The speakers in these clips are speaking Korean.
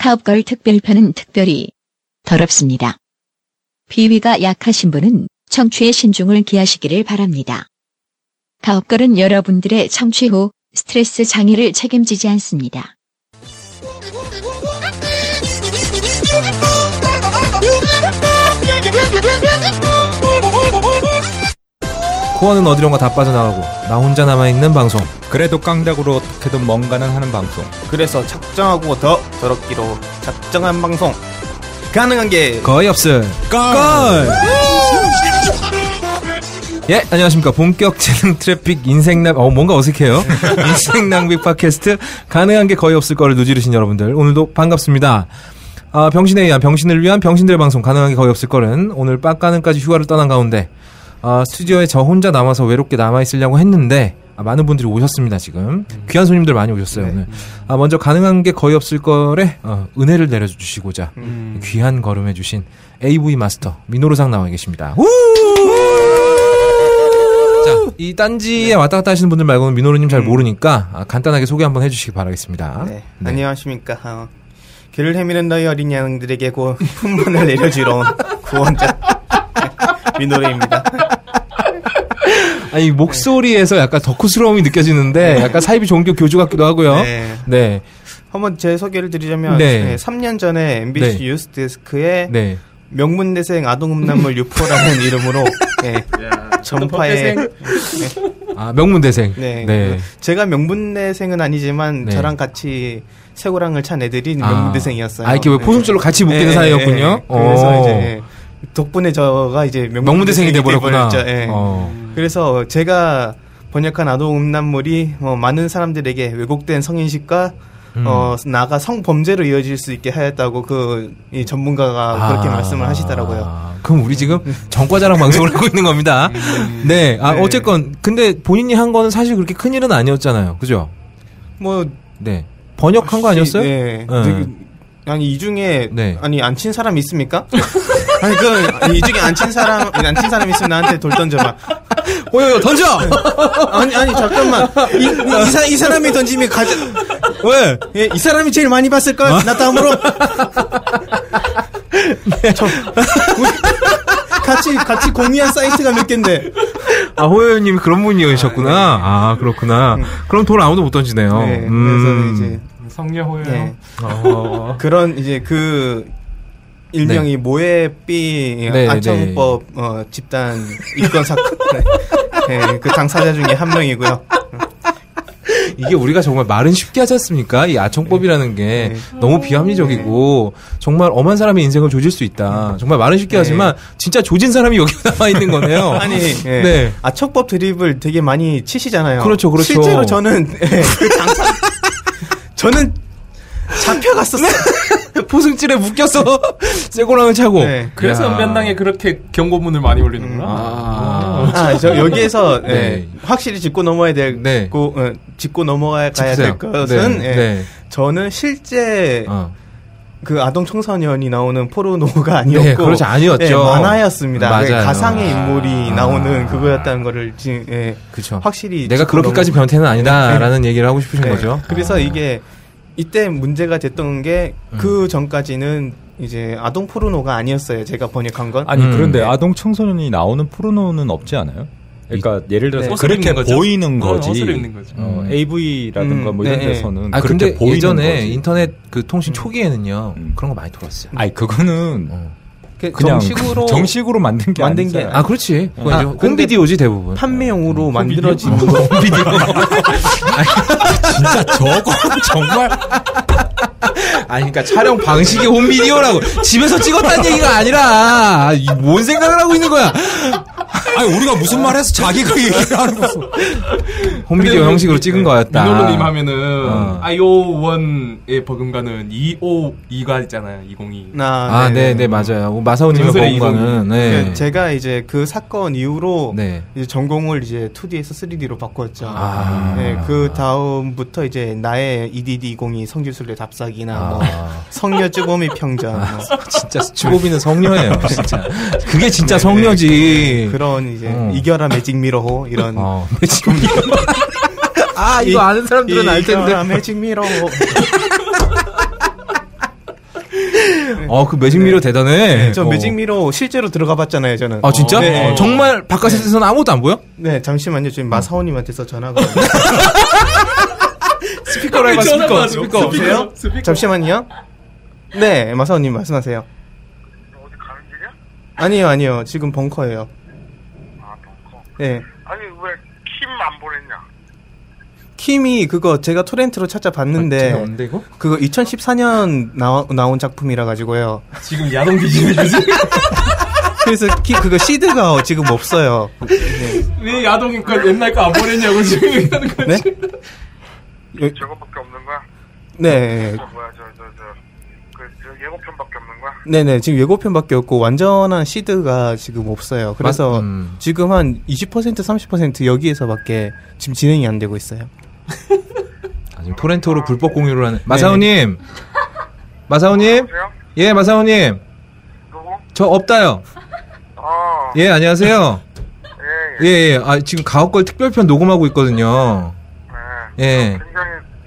사업걸 특별편은 특별히 더럽습니다. 비위가 약하신 분은 청취의 신중을 기하시기를 바랍니다. 가업걸은 여러분들의 청취 후 스트레스 장애를 책임지지 않습니다. 코어는 어디론가 다 빠져나가고 나 혼자 남아있는 방송 그래도 깡다구로 어떻게든 뭔가는 하는 방송 그래서 작정하고 더 더럽기로 작정한 방송 가능한 게 거의 없음 걸! 예 안녕하십니까 본격 재능 트래픽 인생 낭어 뭔가 어색해요 인생 낭비 팟캐스트 가능한 게 거의 없을 거를 누지르신 여러분들 오늘도 반갑습니다 아, 병신에 의한 병신을 위한 병신들의 방송 가능한 게 거의 없을 거는 오늘 빡가는까지 휴가를 떠난 가운데 아, 스튜디오에 저 혼자 남아서 외롭게 남아 있으려고 했는데 아, 많은 분들이 오셨습니다 지금 귀한 손님들 많이 오셨어요 오늘 아, 먼저 가능한 게 거의 없을 거래 어, 은혜를 내려주시고자 귀한 걸음 해주신 AV 마스터 민호로상 나와 계십니다. 우! 자, 이 딴지에 왔다 갔다 하시는 분들 말고는 민호로님 잘 모르니까 아, 간단하게 소개 한번 해주시기 바라겠습니다. 네. 안녕하십니까 어, 길을 헤매는 너희 어린 양들에게 고 품문을 내려주러 온 구원자 민노래입니다 아니 네. 목소리에서 약간 덕후스러움이 느껴지는데 약간 사이비 종교 교주 같기도 하고요. 네. 네, 한번 제 소개를 드리자면 네. 네, 3년 전에 MBC 네. 뉴스데스크에 네. 명문대생 아동음란물 유포라는 이름으로 네, 전파에 아 명문대생. 네. 네. 제가 명문대생은 아니지만 네. 저랑 같이 새고랑을 찬 애들이 아. 명문대생이었어요. 아, 이렇게 왜 네. 포승줄로 같이 묶이는 예, 사이였군요. 예, 예. 어. 그래서 이제 예. 덕분에 저가 이제 명문대생이 돼버렸구나. 돼버렸죠. 예. 어. 그래서 제가 번역한 아동 음란물이 어, 많은 사람들에게 왜곡된 성인식과 어, 음. 나아가 성범죄로 이어질 수 있게 하였다고 그 이 전문가가 그렇게 아. 말씀을 하시더라고요. 음. 그럼 우리 지금 전과자랑 방송을 하고 있는 겁니다. 네. 아, 네. 어쨌건 근데 본인이 한 거는 사실 그렇게 큰 일은 아니었잖아요. 그죠? 뭐 네. 번역한 거 아니었어요? 네. 네. 되게- 아니 이 중에 네. 아니 안 친 사람 있습니까? 아니 그이 중에 안 친 사람 안 친 사람 있으면 나한테 돌 던져봐. 오요 던져. 아니 아니 잠깐만 이, 이, 이 사, 이 사람이 던지면 가자. 왜? 예, 이 사람이 제일 많이 봤을 걸. 나 다음으로. 네. 저, 우리 같이 같이 공유한 사이트가 몇 개인데. 아, 호요님이 그런 분이셨구나. 아, 그렇구나. 그럼 돌 아무도 못 던지네요. 네, 어, 음. 그래서 이제 성녀 호요. 예, 어. 그런 이제 그 일명이 모해삐 네, 아청법 어, 집단 입건 사건. 네. 네, 그 당사자 중에 한 명이고요. 이게 우리가 정말 말은 쉽게 하지 않습니까? 이 아청법이라는 게 네. 너무 비합리적이고 정말 엄한 사람의 인생을 조질 수 있다. 정말 말은 쉽게 네. 하지만 진짜 조진 사람이 여기 남아 있는 거네요. 아니, 예. 네. 아청법 드립을 되게 많이 치시잖아요. 그렇죠, 그렇죠. 실제로 저는 예, 그 당사 저는 잡혀갔었어요. 포승질에 묶여서 쇠고랑을 차고. 네. 그래서 야. 연변당에 그렇게 경고문을 많이 올리는구나. 그 아. 아, 저 여기에서 예, 네. 확실히 짚고 넘어야 될 네. 고, 어, 짚고 넘어가야 짚으세요. 될 것은 네, 예, 네. 저는 실제 어. 그 아동 청소년이 나오는 포르노가 아니었고 네, 그렇지 아니었죠. 음, 예, 만화였습니다. 맞아요. 예, 가상의 인물이 아. 나오는 그거였다는 거를 지금 예, 그쵸. 확실히 내가 짚고 그렇게까지 넘어- 변태는 아니다라는 얘기를 하고 싶으신 예, 거죠. 그래서 아. 음. 이게 이때 문제가 됐던 게 그 전까지는 이제 아동 포르노가 아니었어요. 제가 번역한 건. 아니 음. 그런데 네. 아동 청소년이 나오는 포르노는 없지 않아요? 그러니까 예를 들어서 네. 옷을 그렇게 입는 거죠? 보이는 어, 거지 옷을 입는 거죠. 어, AV라든가 음, 뭐 이런 네, 데서는 아 그렇게 근데 보이는 예전에 거지. 인터넷 그 통신 초기에는요 음. 그런 거 많이 돌았어요. 아니 그거는 어. 그냥 정식으로 정식으로 만든 게 만든 게 아니잖아요. 아 그렇지. 그건 아, 이제 홈비디오지 그- 대부분. 판매용으로 음. 만들어진 거. 진짜 저거 정말 아니, 그러니까 촬영 방식이 홈비디오라고 집에서 찍었다는 얘기가 아니라 아, 이뭔 생각을 하고 있는 거야? 아니 우리가 무슨 말해서 자기가 얘기를 하는 그 거죠? 홈비디오 형식으로 찍은 거였다. 네. 민호로님 하면은 어. IO1의 버금가는 252가 있잖아요. 202. 아, 네, 네, 맞아요. 마사오님의 전설의 보험가는 네. 네, 제가 이제 그 사건 이후로 네. 이제 전공을 이제 2D에서 3D로 바꿨죠. 아. 네, 그 다음부터 이제 나의 EDD02 성기술의 답사기나 아. 뭐 성녀 쭈보미 평전 뭐 진짜 주고비는 성녀예요, 진짜. 네, 그게 진짜 성녀지. 그런 이제 어. 이겨라 매직 미러호 이런 어, 지금 아, 이- 이거 아는 아, 사람들은 이- 알 텐데. 이겨라 매직 미러호 어, 그 매직미러 대단해. 저 어. 매직미로 실제로 들어가 봤잖아요, 저는. 아, 진짜? 네. 어, 정말 바깥에서는 아무것도 안 보여? 네, 잠시만요. 지금 마사오님한테서 전화가. 스피커로 해봐, 스피커. 스피커. 여보세요? 잠시만요. 네, 마사오님 말씀하세요. 어디 가는 길이야? 아니요, 아니요. 지금 벙커예요. 아, 벙커. 네. 아니, 왜 킴 안 보냈냐? 킴이 그거 제가 토렌트로 찾아봤는데 없는데, 이거? 그거 2014년 나와, 나온 작품이라 가지고요. 지금 야동 기준이지? 그래서 키, 그거 시드가 지금 없어요. 왜 야동인 걸 옛날 거 안 보냈냐고 지금 얘기하는 거지? 네? 저거밖에 없는 거야? 네. 저 뭐야, 저, 저, 저. 그, 저 예고편밖에 없는 거야? 네네. 지금 예고편밖에 없고 완전한 시드가 지금 없어요. 그래서 맞- 음. 지금 한 20% 30% 여기에서밖에 지금 진행이 안 되고 있어요. 아, 지금 토렌토로 불법 공유를 네, 하는. 마사오님! 마사오님! 여보세요? 예, 마사오님! 누구? 저 없다요. 아, 예, 안녕하세요. 예, 예, 예. 아, 지금 가옥걸 특별편 녹음하고 있거든요. 네. 예. 굉장히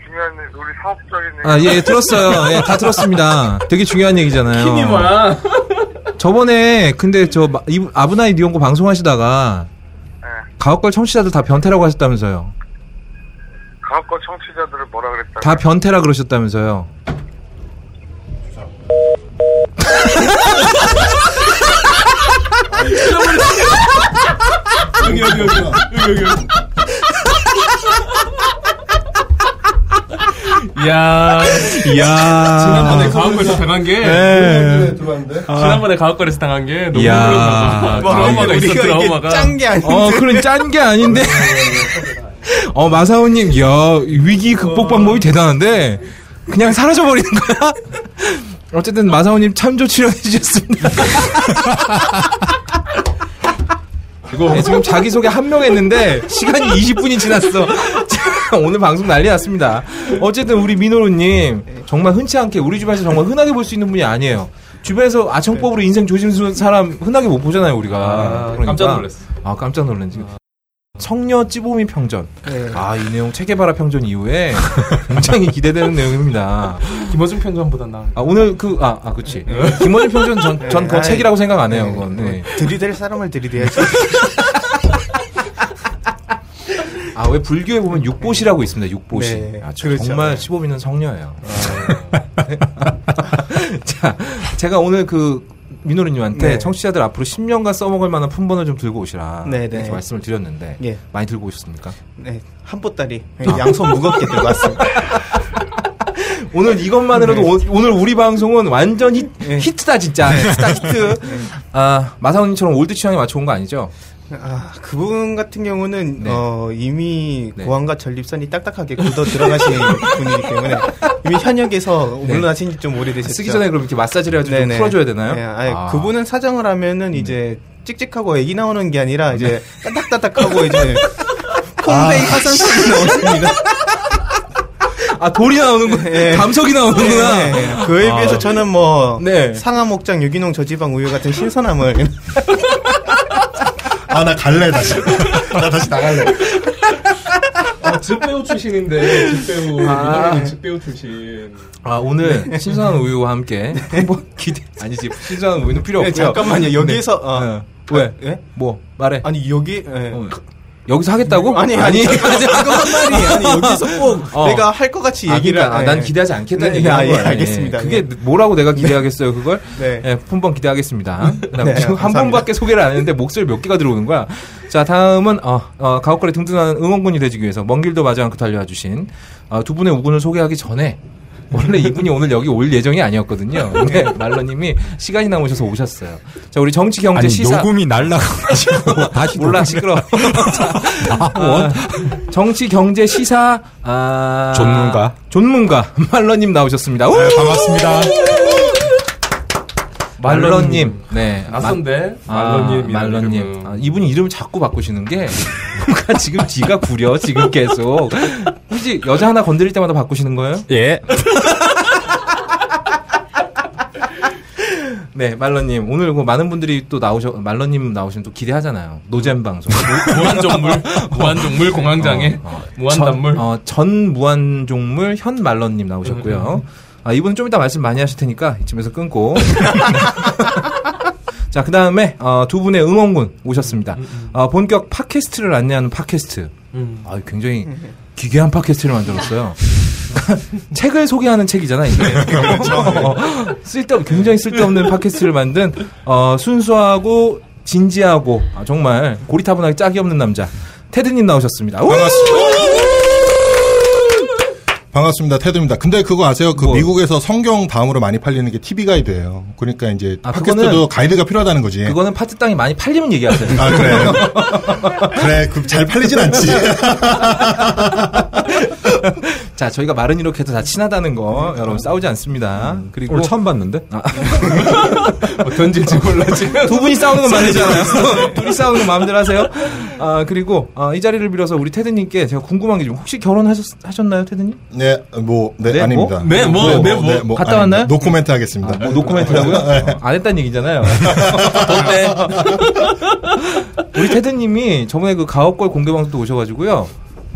중요한, 일, 우리 사업적인 얘기. 아, 예, 들었어요. 예, 다 들었습니다. 되게 중요한 얘기잖아요. 킴이 뭐야? 어. 저번에, 근데 저, 마- 이- 아브나이 니온고 방송하시다가, 예. 가옥걸 청취자들 다 변태라고 하셨다면서요. 가업거 청취자들을 뭐라 그랬다? 다 변태라 그러셨다면서요. 여기 여기 여기 여기 여기. 야 이야. 지난번에 가옥걸에서 당한 게 네. 지난번에 가옥걸에서 당한 게 너무 야. 놀라서 드라마가 있어 드라마가 짠게 아니. 어, 그런 짠 게 아닌데. 어, 마사오님, 야, 위기 극복 방법이 대단한데, 그냥 사라져버리는 거야? 어쨌든, 마사오님 참조 출연해주셨습니다. 이거 네, 지금 자기소개 한 명 했는데, 시간이 20분이 지났어. 자, 오늘 방송 난리 났습니다. 어쨌든, 우리 민호루님, 정말 흔치 않게, 우리 주변에서 정말 흔하게 볼 수 있는 분이 아니에요. 주변에서 아청법으로 인생 조심스러운 사람 흔하게 못 보잖아요, 우리가. 아, 깜짝 놀랐어. 아, 깜짝 놀랐지. 청녀 찌보미 평전. 네. 아, 이 내용 체계바라 평전 이후에 굉장히 기대되는 내용입니다. 김어준 편전보다 나 아, 오늘 그, 아, 아, 그치. 김원희 평전 전, 전 그거 네. 아이. 책이라고 생각 안 해요, 그건. 네. 들이댈 사람을 들이대야지. 아, 왜 불교에 보면 육보시라고 있습니다, 육보시. 네, 아. 아, 저 그렇죠. 정말 15미는 성녀예요. 자, 제가 오늘 그, 민호리님한테 네. 청취자들 앞으로 10년간 써먹을 만한 품번을 좀 들고 오시라. 네, 네. 이렇게 말씀을 드렸는데. 예. 많이 들고 오셨습니까? 네. 한 보따리. 양손 무겁게 들고 왔습니다. 오늘 이것만으로도 네. 오, 늘 우리 방송은 완전 히, 네. 히트다 진짜 히트다 히트 아 마사오님처럼 올드 취향에 맞춰온 거 아니죠? 아, 그 부분 같은 경우는 네. 어, 이미 네. 고환과 전립선이 딱딱하게 굳어 들어가신 분이기 때문에 이미 현역에서 물러나신 지 좀 오래되셨죠. 네. 쓰기 전에 그럼 이렇게 마사지를 해가지고 좀 네네. 풀어줘야 되나요? 네, 아니, 아. 음. 그분은 사정을 하면은 이제 찍찍하고 애기 나오는 게 아니라 네. 이제 따닥따닥하고 이제 콩베이 화산석이 나왔습니다. 아 돌이 나오는구나 예. 감석이 나오는구나 네, 그에 비해서 저는 뭐 아, 네. 상하 목장 유기농 저지방 우유 같은 신선함을 네, 아, 나 갈래, 다시. 나 다시 나갈래. 아, 집배우 출신인데 집배우 민호님 집배우 출신 아 오늘 네. 신선한 우유와 함께 한번 기대 아니지 신선한 우유는 필요 네, 없고요 잠깐만요. 여기서 네. 어. 네. 왜? 예? 뭐 말해 아니 여기 예. 어. 여기서 하겠다고? 아니 아니 아니 말이 아니 여기서 꼭 어. 내가 할 것 같이 아, 얘기를 그러니까, 아, 난 예. 기대하지 않겠다는 네, 얘기한 아, 예, 거예요. 알겠습니다. 그게 예. 뭐라고 내가 기대하겠어요, 그걸? 네. 예, 품번 기대하겠습니다. 그다음에 네, 지금 한 감사합니다. 번밖에 소개를 안 했는데 목소리 몇 개가 들어오는 거야. 자, 다음은 어, 어, 가옥거리 든든한 응원군이 되기 위해서 먼 길도 마지 않고 달려와 주신 어, 두 분의 우군을 소개하기 전에 원래 이분이 오늘 여기 올 예정이 아니었거든요. 근데 네. 말러님이 시간이 남으셔서 오셨어요. 자, 우리 정치 경제 아니, 시사 녹음이 날라가지고 다시 몰라 시끄러. 워 정치 경제 시사 아... 전문가. 존문가 말러님 나오셨습니다. 우! 아, 반갑습니다. 말러님 네 낯선데 마- 아, 말러님 말러님 아, 이분이 이름을 자꾸 바꾸시는 게 뭔가 지금 뒤가 구려 지금 계속 혹시 여자 하나 건드릴 때마다 바꾸시는 거예요? 예. 네 말러님 오늘 그 많은 분들이 또 나오셔 말러님 나오시면 또 기대하잖아요 노잼 방송 뭐 무한정물 무한정물 공황장애 어, 어. 무한단물 음, 전, 어, 전 무한종물 현 말러님 나오셨고요. 아, 이분은 좀 이따 말씀 많이 하실 테니까 이쯤에서 끊고. 자, 그 다음에 두 분의 응원군 음, 오셨습니다. 아, 본격 팟캐스트를 안내하는 팟캐스트. 음. 아, 굉장히 기괴한 팟캐스트를 만들었어요. 책을 소개하는 책이잖아, 이게. 그렇죠. 어, 쓸데 굉장히 쓸데없는 팟캐스트를 만든 어, 순수하고 진지하고 아, 정말 고리타분하게 짝이 없는 남자 테드님 나오셨습니다. 우! 반갑습니다. 테드입니다. 근데 그거 아세요? 그 뭐? 미국에서 성경 다음으로 많이 팔리는 게 TV 가이드예요. 그러니까 이제 아, 팟캐스트도 그거는- 가이드가 필요하다는 거지. 그거는 파트 땅이 많이 팔리면 얘기하세요. 아 그래요? 그래 그 잘 팔리진 않지. 자, 저희가 말은 이렇게 해도 다 친하다는 거 여러분 싸우지 않습니다. 그리고 아. 오늘 처음 봤는데? 어떤지 몰라 지금. 두 분이 싸우는 건 만들잖아요. 둘이 싸우는 건 마음대로 하세요. 아, 그리고 아, 이 자리를 빌어서 우리 테드님께 제가 궁금한 게 좀 혹시 결혼하셨나요, 테드님? 네, 뭐, 네, 네, 아닙니다. 뭐? 네, 뭐, 네, 뭐. 갔다 아닙니다. 왔나요? 노코멘트 하겠습니다. 네. 뭐 노코멘트라고요? 어, 안 했다는 얘기잖아요. 어때? 우리 테드님이 저번에 그 가업걸 공개방송 때 오셔가지고요.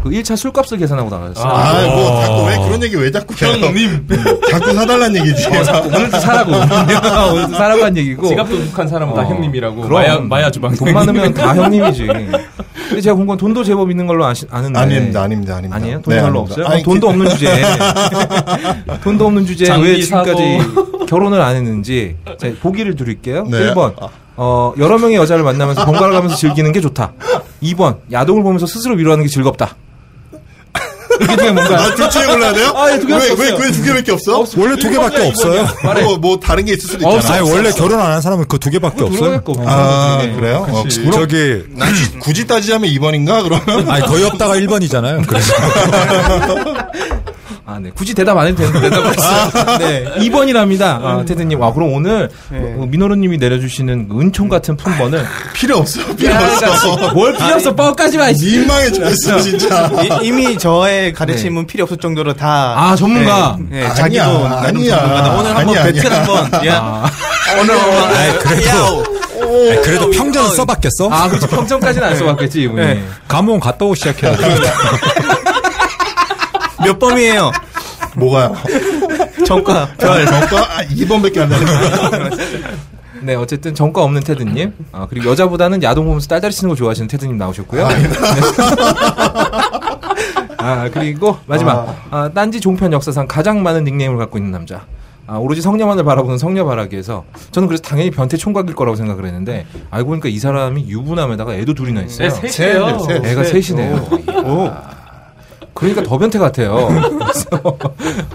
그 1차 술값을 계산하고 나가셨어요. 아, 뭐, 자꾸 왜 그런 얘기 왜 자꾸 해요? 형님. 자꾸 사달라는 얘기지. 어, 오늘도 사라고. 오늘도 사라고 한 얘기고. 지갑도 독한 사람은 다 어, 형님이라고. 그럼. 마야 마야 주방. 돈 많으면 다 형님이지. 근데 제가 궁금한 돈도 제법 있는 걸로 아시, 아는데. 아닙니다, 아닙니다, 아닙니다. 에요 돈이 네, 아닙니다. 별로 없어요? 아니, 그럼 돈도 없는 주제에. 돈도 없는 주제에 왜 장비 지금까지 결혼을 안 했는지. 제 보기를 드릴게요. 네. 1번. 어, 여러 명의 여자를 만나면서 번갈아 가면서 즐기는 게 좋다. 2번. 야동을 보면서 스스로 위로하는 게 즐겁다. 이게 중에 뭔가. 아, 둘 중에 골라야 돼요? 아, 예, 두 개밖에 왜, 없어요. 왜, 왜 두 개밖에 없어? 원래 두 개밖에 없어요. 말해. 뭐, 뭐, 다른 게 있을 수도 어, 있잖아. 아니 원래 결혼 안 한 사람은 그 두 개밖에 없어요. 없어요. 아, 그래요? 어, 저기 난 굳이 따지자면 2번인가? 그러면? 아니 거의 없다가 1번이잖아요. 그래서 아, 네. 굳이 대답 안 해도 되는데 대답을 아, 했어요. 네. 2번이랍니다. 음. 아, 테드님. 와, 그럼 오늘 네. 어, 민호루님이 내려주시는 그 은총 같은 품번을. 아, 아, 필요 없어, 필요 없어. 뭘 필요 없어. 뻥까지 마. 이씨. 민망해 죽겠어, 진짜. 이- 이미 저의 가르침은 필요 없을 정도로 다. 아, 전문가. 네, 네, 자기도 네. 아니야, 나름 아니야. 전문가다. 오늘 한번 아니야, 배틀 아니야. 한번. 야, 오늘 뭐, 아니, 그래도 아니, 네, 그래도 평전 써봤겠어? 아, 그렇지. 평점까지는 안 써봤겠지, 이분이. 네. 감옥 갔다 오기 시작해요. 몇 범이에요? 뭐가요? 정과. 별. 정과? 아, 2번밖에 안 나네. 네, 어쨌든 정과 없는 테드님. 아, 그리고 여자보다는 야동 보면서 딸다리 치는 거 좋아하시는 테드님 나오셨고요. 네. 아, 그리고 마지막. 아, 딴지 종편 역사상 가장 많은 닉네임을 갖고 있는 남자. 아, 오로지 성녀만을 바라보는 성녀 바라기에서 저는 그래서 당연히 변태 총각일 거라고 생각을 했는데 알고 보니까 이 사람이 유부남에다가 애도 둘이나 네, 있어요. 셋이에요. 셋, 애가 셋이네요. 이야. 그러니까 더 변태 같아요. 그래서,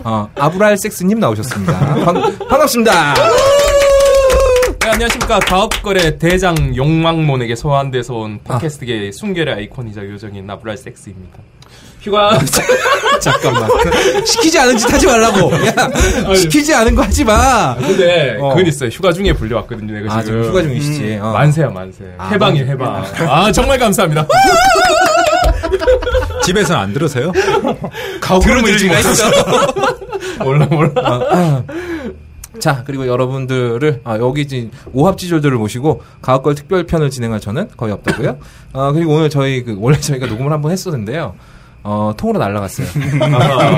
어, 아브랄 섹스님 나오셨습니다. 반, 반갑습니다. 네, 안녕하십니까. 가업거래 대장 욕망몬에게 소환돼서 온 아. 팟캐스트계의 순결의 아이콘이자 요정인 나브랄 섹스입니다. 아. 휴가 잠깐만. 시키지 않은 짓 하지 말라고. 야, 시키지 않은 거 하지 마. 근데 어. 그건 있어요. 휴가 중에 불려왔거든요. 내가 아, 지금 휴가 중이시지. 음. 어. 만세야 만세. 해방이에요 해방. 아 정말 감사합니다. 집에서는 안 들으세요? 가오름을 잃지 못했어. 몰라 몰라. 자, 그리고 여러분들을, 아, 여기 지금 오합지졸들을 모시고, 가옥걸 특별편을 진행할 저는 거의 없다고요. 아, 그리고 오늘 저희, 그, 원래 저희가 녹음을 한 번 했었는데요. 어, 통으로 날라갔어요.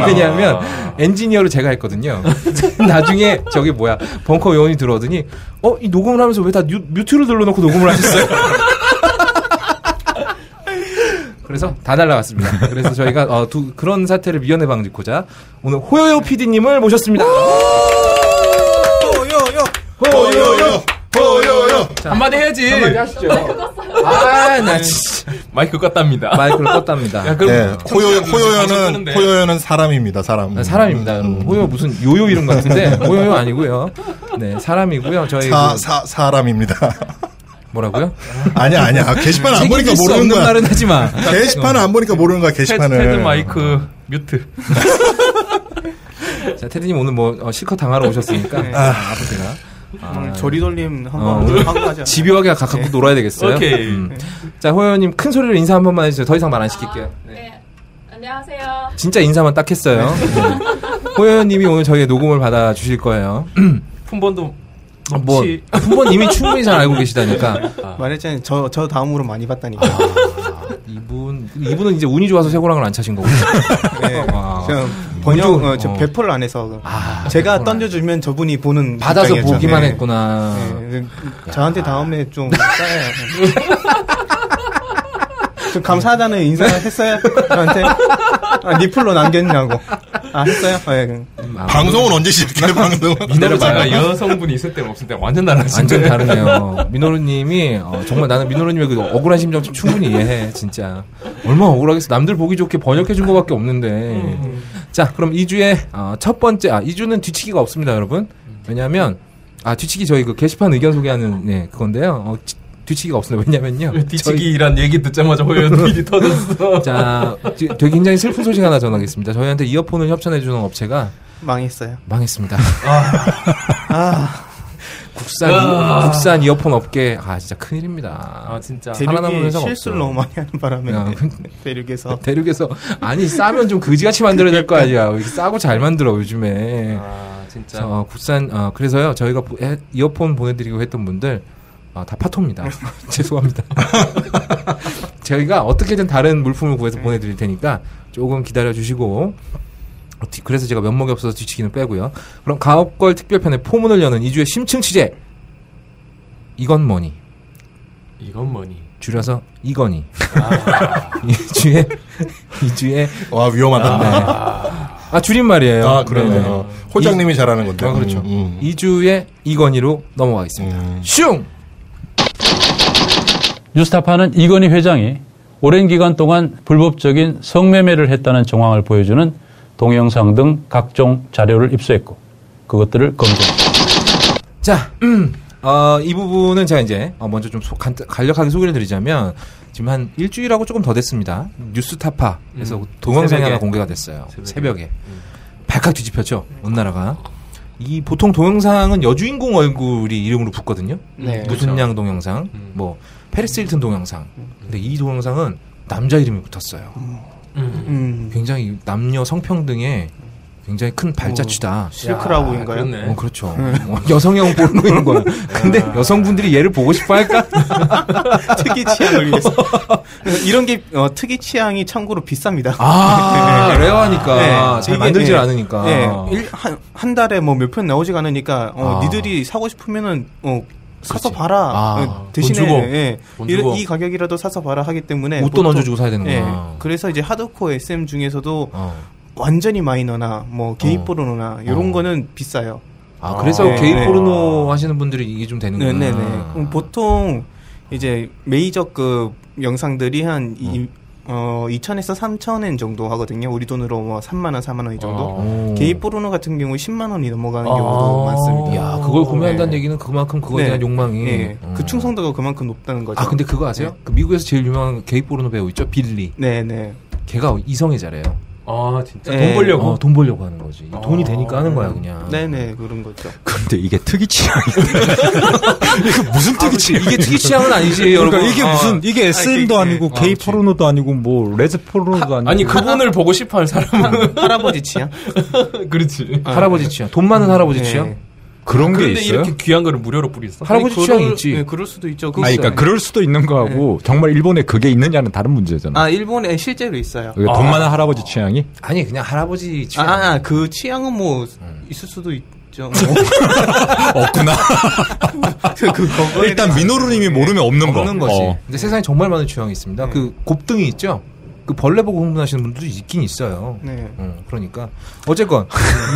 왜냐하면, 엔지니어를 제가 했거든요. 나중에, 저기 뭐야, 벙커 요원이 들어오더니, 어, 이 녹음을 하면서 왜 다 뮤트를 눌러놓고 녹음을 하셨어요? 그래서 다 날라갔습니다. 그래서 저희가 어, 두- 그런 사태를 미연에 방지코자 오늘 호요요 PD님을 모셨습니다. 호요요, 호요요. 한마디 해야지. 아, 나 진짜. 마이크 껐답니다. 마이크를 야, 껐답니다. 그럼 네, 호요, 청취자 방송 호요요는, 끄는데. 호요요는 사람입니다, 사람. 나 네, 사람입니다. 음. 여러분. 호요 무슨 요요 이름 같은데 호요요 아니고요. 네 사람이고요. 저희 사, 그 사, 사람입니다. 뭐라고요? 아니야, 아니야. 게시판 안 보니까 책임질 수 모르는 없는 거야. 말은 하지 마. 게시판을 안 보니까 모르는 거야, 테드, 게시판을. 테드 마이크 뮤트. 자 테드님 오늘 뭐 어, 실컷 당하러 오셨으니까 네. 아, 아프세요. 음, 오늘 조리돌림 어, 한번 오늘 하고 가자. 집요하게 갖고 놀아야 되겠어요. 음. 오케이. 자 호요님 큰 소리로 인사 한 번만 해주세요. 더 이상 말 안 시킬게요. 네. 안녕하세요. 진짜 인사만 딱 했어요. 네. 호요님이 오늘 저희의 녹음을 받아 주실 거예요. 품번도 아, 뭐 혹시- 한번 이미 충분히 잘 알고 계시다니까. 아, 말했잖아요. 저, 저 다음으로 많이 봤다니까. 이분 이분은 이제 운이 좋아서 세고랑을 안 차신 거고. 아, 네. 와. 제가 번역 운도- 어, 저 어. 배포를 안 해서 아, 제가 배포를 던져주면 저분이 보는 받아서 입장이었죠. 보기만 네. 했구나. 네. 저한테 다음에 좀 싸요. 네. 좀 감사하다는 인사를 했어요. 저한테 아, 니플로 남겼냐고. 아 했어요. 네. 그- 음, 아, 방송은 언제 시작해 방송? 기다려봐요. 여성분이 있을 때랑 없을 때 완전 달라지네. 완전 다르네요. 민호루님이 어, 정말 나는 민호루님의 그 억울한 심정 충분히 이해해 진짜. 얼마나 억울하겠어. 남들 보기 좋게 번역해 준 거밖에 없는데. 음. 자, 그럼 2주에 첫 번째 아 2주는 뒤치기가 없습니다, 여러분. 왜냐하면 아 뒤치기 저희 그 게시판 의견 소개하는 예 그건데요. 어, 지- 뒤치기가 없습니다. 왜냐면요. 뒤치기란 얘기 듣자마자 호연이 터졌어. 자, 지- 되게 굉장히 슬픈 소식 하나 전하겠습니다. 저희한테 이어폰을 협찬해주는 업체가 망했어요. 망했습니다. 아 국산, 이- 아. 국산 이어폰 업계, 아, 진짜 큰일입니다. 아 진짜. 살아남은 대륙이 회사가 실수를 없어요. 너무 많이 하는 바람에 야, 그 대륙에서 대륙에서, 아니, 싸면 좀 그지같이 만들어야 될 거 아니야. 왜 이렇게 싸고 잘 만들어, 요즘에. 아 진짜. 어, 국산, 어, 그래서요, 저희가 보- 에- 이어폰 보내드리고 했던 분들, 아, 다 파토입니다. 죄송합니다. 저희가 어떻게든 다른 물품을 구해서 보내드릴 테니까 조금 기다려주시고, 어, 뒤- 그래서 제가 면목이 없어서 뒤치기는 빼고요. 그럼 가업걸 특별편의 포문을 여는 2주의 심층 취재! 이건 뭐니? 이건 뭐니? 줄여서 이건희. 아, 이주에이주에 와 위험하다. 아 줄임말이에요. 아 그러네. 네. 요 호장님이 잘하는 건데. 아, 그렇죠. 음, 음. 이주에 이건희로 넘어가겠습니다. 음. 슝! 뉴스타파는 이건희 회장이 오랜 기간 동안 불법적인 성매매를 했다는 정황을 보여주는 동영상 등 각종 자료를 입수했고 그것들을 검증. 자, 어, 이 부분은 제가 이제 어, 먼저 좀 소- 간, 간략하게 소개를 드리자면 지금 한 일주일하고 조금 더 됐습니다. 뉴스타파에서 음, 동영상이 새벽에. 하나 공개가 됐어요. 새벽에. 음. 새벽에. 발칵 뒤집혔죠. 온 나라가. 이 보통 동영상은 여주인공 얼굴이 이름으로 붙거든요. 네. 무슨 그렇죠. 양 동영상, 음. 뭐 페리스 힐튼 동영상. 근데 이 동영상은 남자 이름이 붙었어요. 음. 음, 굉장히 남녀 성평등에 굉장히 큰 발자취다. 실크라고인가요? 그렇네. 어, 그렇죠. 어, 여성형 보는 거야. 근데 아. 여성분들이 얘를 보고 싶어 할까? 특이 취향을 위해서 그래서 이런 게 어, 특이 취향이 참고로 비쌉니다. 아, 레어하니까. 네. 잘 이게, 만들질 예. 않으니까. 예. 일- 한, 한 달에 뭐 몇 편 나오지가 않으니까 어, 아. 니들이 사고 싶으면은 어, 사서 그렇지. 봐라. 아, 어, 대신에 돈 주고. 예. 돈 이- 주고. 이, 가격이라도 사서 봐라 하기 때문에 옷도 보통- 얹어주고 사야 예. 되는구나. 그래서 이제 하드코어 SM 중에서도 어. 완전히 마이너나 뭐 게이 어. 포르노나 이런 어. 거는 비싸요. 아, 그래서 네, 게이 네. 포르노 하시는 분들이 이게 좀 되는구나. 네네네. 음. 그럼 보통 이제 메이저급 영상들이 한 음. 이, 어, 2천에서 3천엔 정도 하거든요. 우리 돈으로 뭐 3만 원, 4만 원 이 정도. 아, 오. 게이 포르노 같은 경우 10만 원이 넘어가는 아. 경우도 많습니다. 야, 그걸 구매한다는 네. 얘기는 그만큼 그거에 네. 대한 욕망이. 예. 어. 그 충성도가 네. 그만큼 높다는 거죠. 아, 근데 그거 아세요? 그 미국에서 제일 유명한 게이 포르노 배우 있죠? 빌리. 네, 네. 걔가 이성애 잘해요. 아 진짜. 예. 돈 벌려고. 어, 돈 벌려고 하는 거지. 돈이 되니까 하는 거야, 그냥. 아, 네, 네. 그런 거죠. 근데 이게 특이 취향인데. 이게 무슨 특이 취향? 이게 특이 취향은 아니지, 그러니까 여러분. 이게 아. 무슨 이게 SM도 아니, 아니고 게이 포르노도 아니고 뭐 레즈 포르노도 아니고 아니 그분을 보고 싶어하는 사람은 할아버지 취향? 그렇지. 할아버지 취향. 돈 많은 할아버지 네. 취향? 그런 게 근데 있어요. 이렇게 귀한 거를 무료로 뿌리어 할아버지 아니, 취향이 그럴- 있지. 네, 그럴 수도 있죠. 그- 아, 그러니까 그럴 수도 있는 거하고 정말 일본에 그게 있느냐는 다른 문제잖아. 아, 일본에 실제로 있어요. 그게 돈 많은 할아버지 취향이 아니, 그냥 할아버지 아, 취향. 음. 어? 아, 아, 그 취향은 뭐 있을 수도 있죠. 없구나. 그, 그거 일단 민호루님이 모르면 없는 거. 없는 거지. 어. 네. 근데 세상에 정말 많은 취향이 있습니다. 그 곱등이 있죠? 그 벌레 보고 흥분하시는 분들도 있긴 있어요. 네. 어, 그러니까. 어쨌건,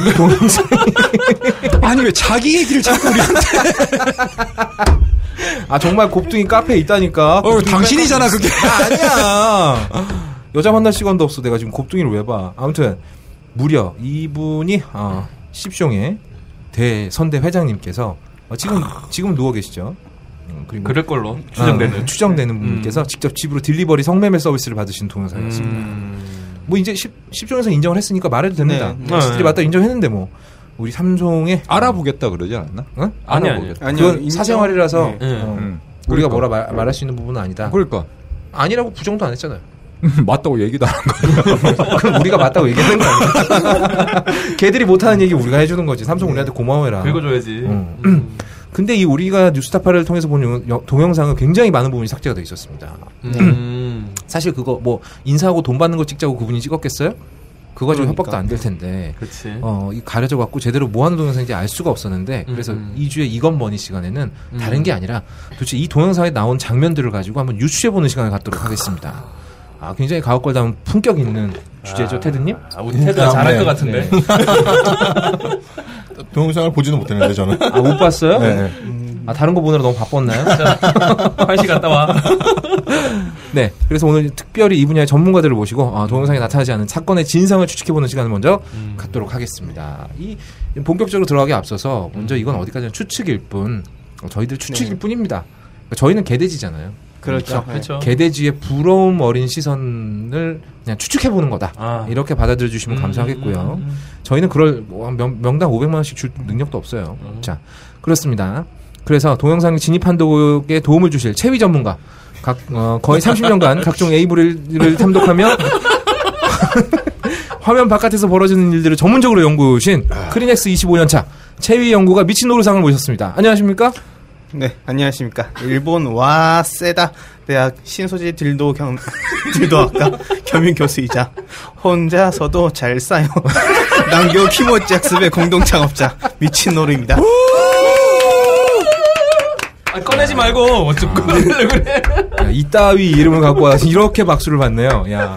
이 동영상. 아니 왜 자기 얘기를 자꾸 우리한테? 아, 정말 곱등이 카페에 있다니까. 어, 당신이잖아 그게. 아니야. 여자 만날 시간도 없어. 내가 지금 곱등이를 왜 봐. 아무튼 무려 이분이 아, 십숑의 대선대 회장님께서 어, 지금 지금 누워 계시죠. 음, 그리고 그럴 걸로 추정되는. 아, 추정되는 음. 분께서 직접 집으로 딜리버리 성매매 서비스를 받으신 동영상이었습니다. 음. 뭐 이제 십, 십종에서 인정을 했으니까 말해도 됩니다. 네. 네. 네. 네. 맞다 인정했는데 뭐 우리 삼성의 알아보겠다 그러지 않았나? 어? 아니, 알아보겠다. 아니. 아니요, 그건 인정- 사생활이라서 네. 네. 어, 음. 우리가 뭐라 말, 말할 수 있는 부분은 아니다. 그러니까 아니라고 부정도 안 했잖아요. 맞다고 얘기도 안 하고. 그럼 우리가 맞다고 얘기하는 거 아니야? 걔들이 못하는 얘기 우리가 해주는 거지. 삼성 우리한테 고마워해라. 긁어줘야지. 음. 음. 근데 이 우리가 뉴스타파를 통해서 본 영- 영- 동영상은 굉장히 많은 부분이 삭제가 돼 있었습니다. 음. 사실 그거 뭐 인사하고 돈 받는 거 찍자고 그분이 찍었겠어요? 그거 가지고 그러니까. 협박도 안 될 텐데. 그렇지. 어, 이 가려져 갖고 제대로 뭐 하는 동영상인지 알 수가 없었는데 그래서 음. 이주에 이건 뭐니 시간에는 다른 음. 게 아니라 도대체 이 동영상에 나온 장면들을 가지고 한번 유추해 보는 시간을 갖도록 하겠습니다. 아, 굉장히 가옥걸담 품격 있는 주제죠, 아. 테드 님? 아, 우리 테드가 잘할 것 같은데. 네. 동영상을 보지는 못했는데 저는. 아, 못 봤어요? 네. 아, 다른 거 보느라 너무 바빴나요? 화장실 갔다 와. 네. 그래서 오늘 특별히 이 분야의 전문가들을 모시고 아, 동영상에 나타나지 않은 사건의 진상을 추측해보는 시간을 먼저 갖도록 하겠습니다. 이 본격적으로 들어가기 앞서서 먼저 이건 어디까지나 추측일 뿐 어, 저희들 추측일 뿐입니다. 그러니까 저희는 개돼지잖아요. 그렇죠. 그렇죠. 개돼지의 부러움 어린 시선을 그냥 추측해보는 거다. 아. 음, 이렇게 받아들여 주시면 감사하겠고요. 저희는 그럴 뭐 명, 명당 500만 원씩 줄 능력도 없어요. 음. 자 그렇습니다. 그래서 동영상 진입 판독에 도움을 주실 체위 전문가 각 어, 거의 30년간 각종 에이브릴을 탐독하며 화면 바깥에서 벌어지는 일들을 전문적으로 연구해 오신 크리넥스 25년차 체위 연구가 미친 노루상을 모셨습니다. 안녕하십니까? 네, 안녕하십니까. 일본 와세다 대학 신소재 딜도 겸, 딜도학과 겸임 교수이자 혼자서도 잘 싸요. 남교 키모 잭스의 공동 창업자 미친 노루입니다. 아, 꺼내지 말고 어쩜 꺼내려 그래. 야, 이따위 이름을 갖고 와서 이렇게 박수를 받네요. 야.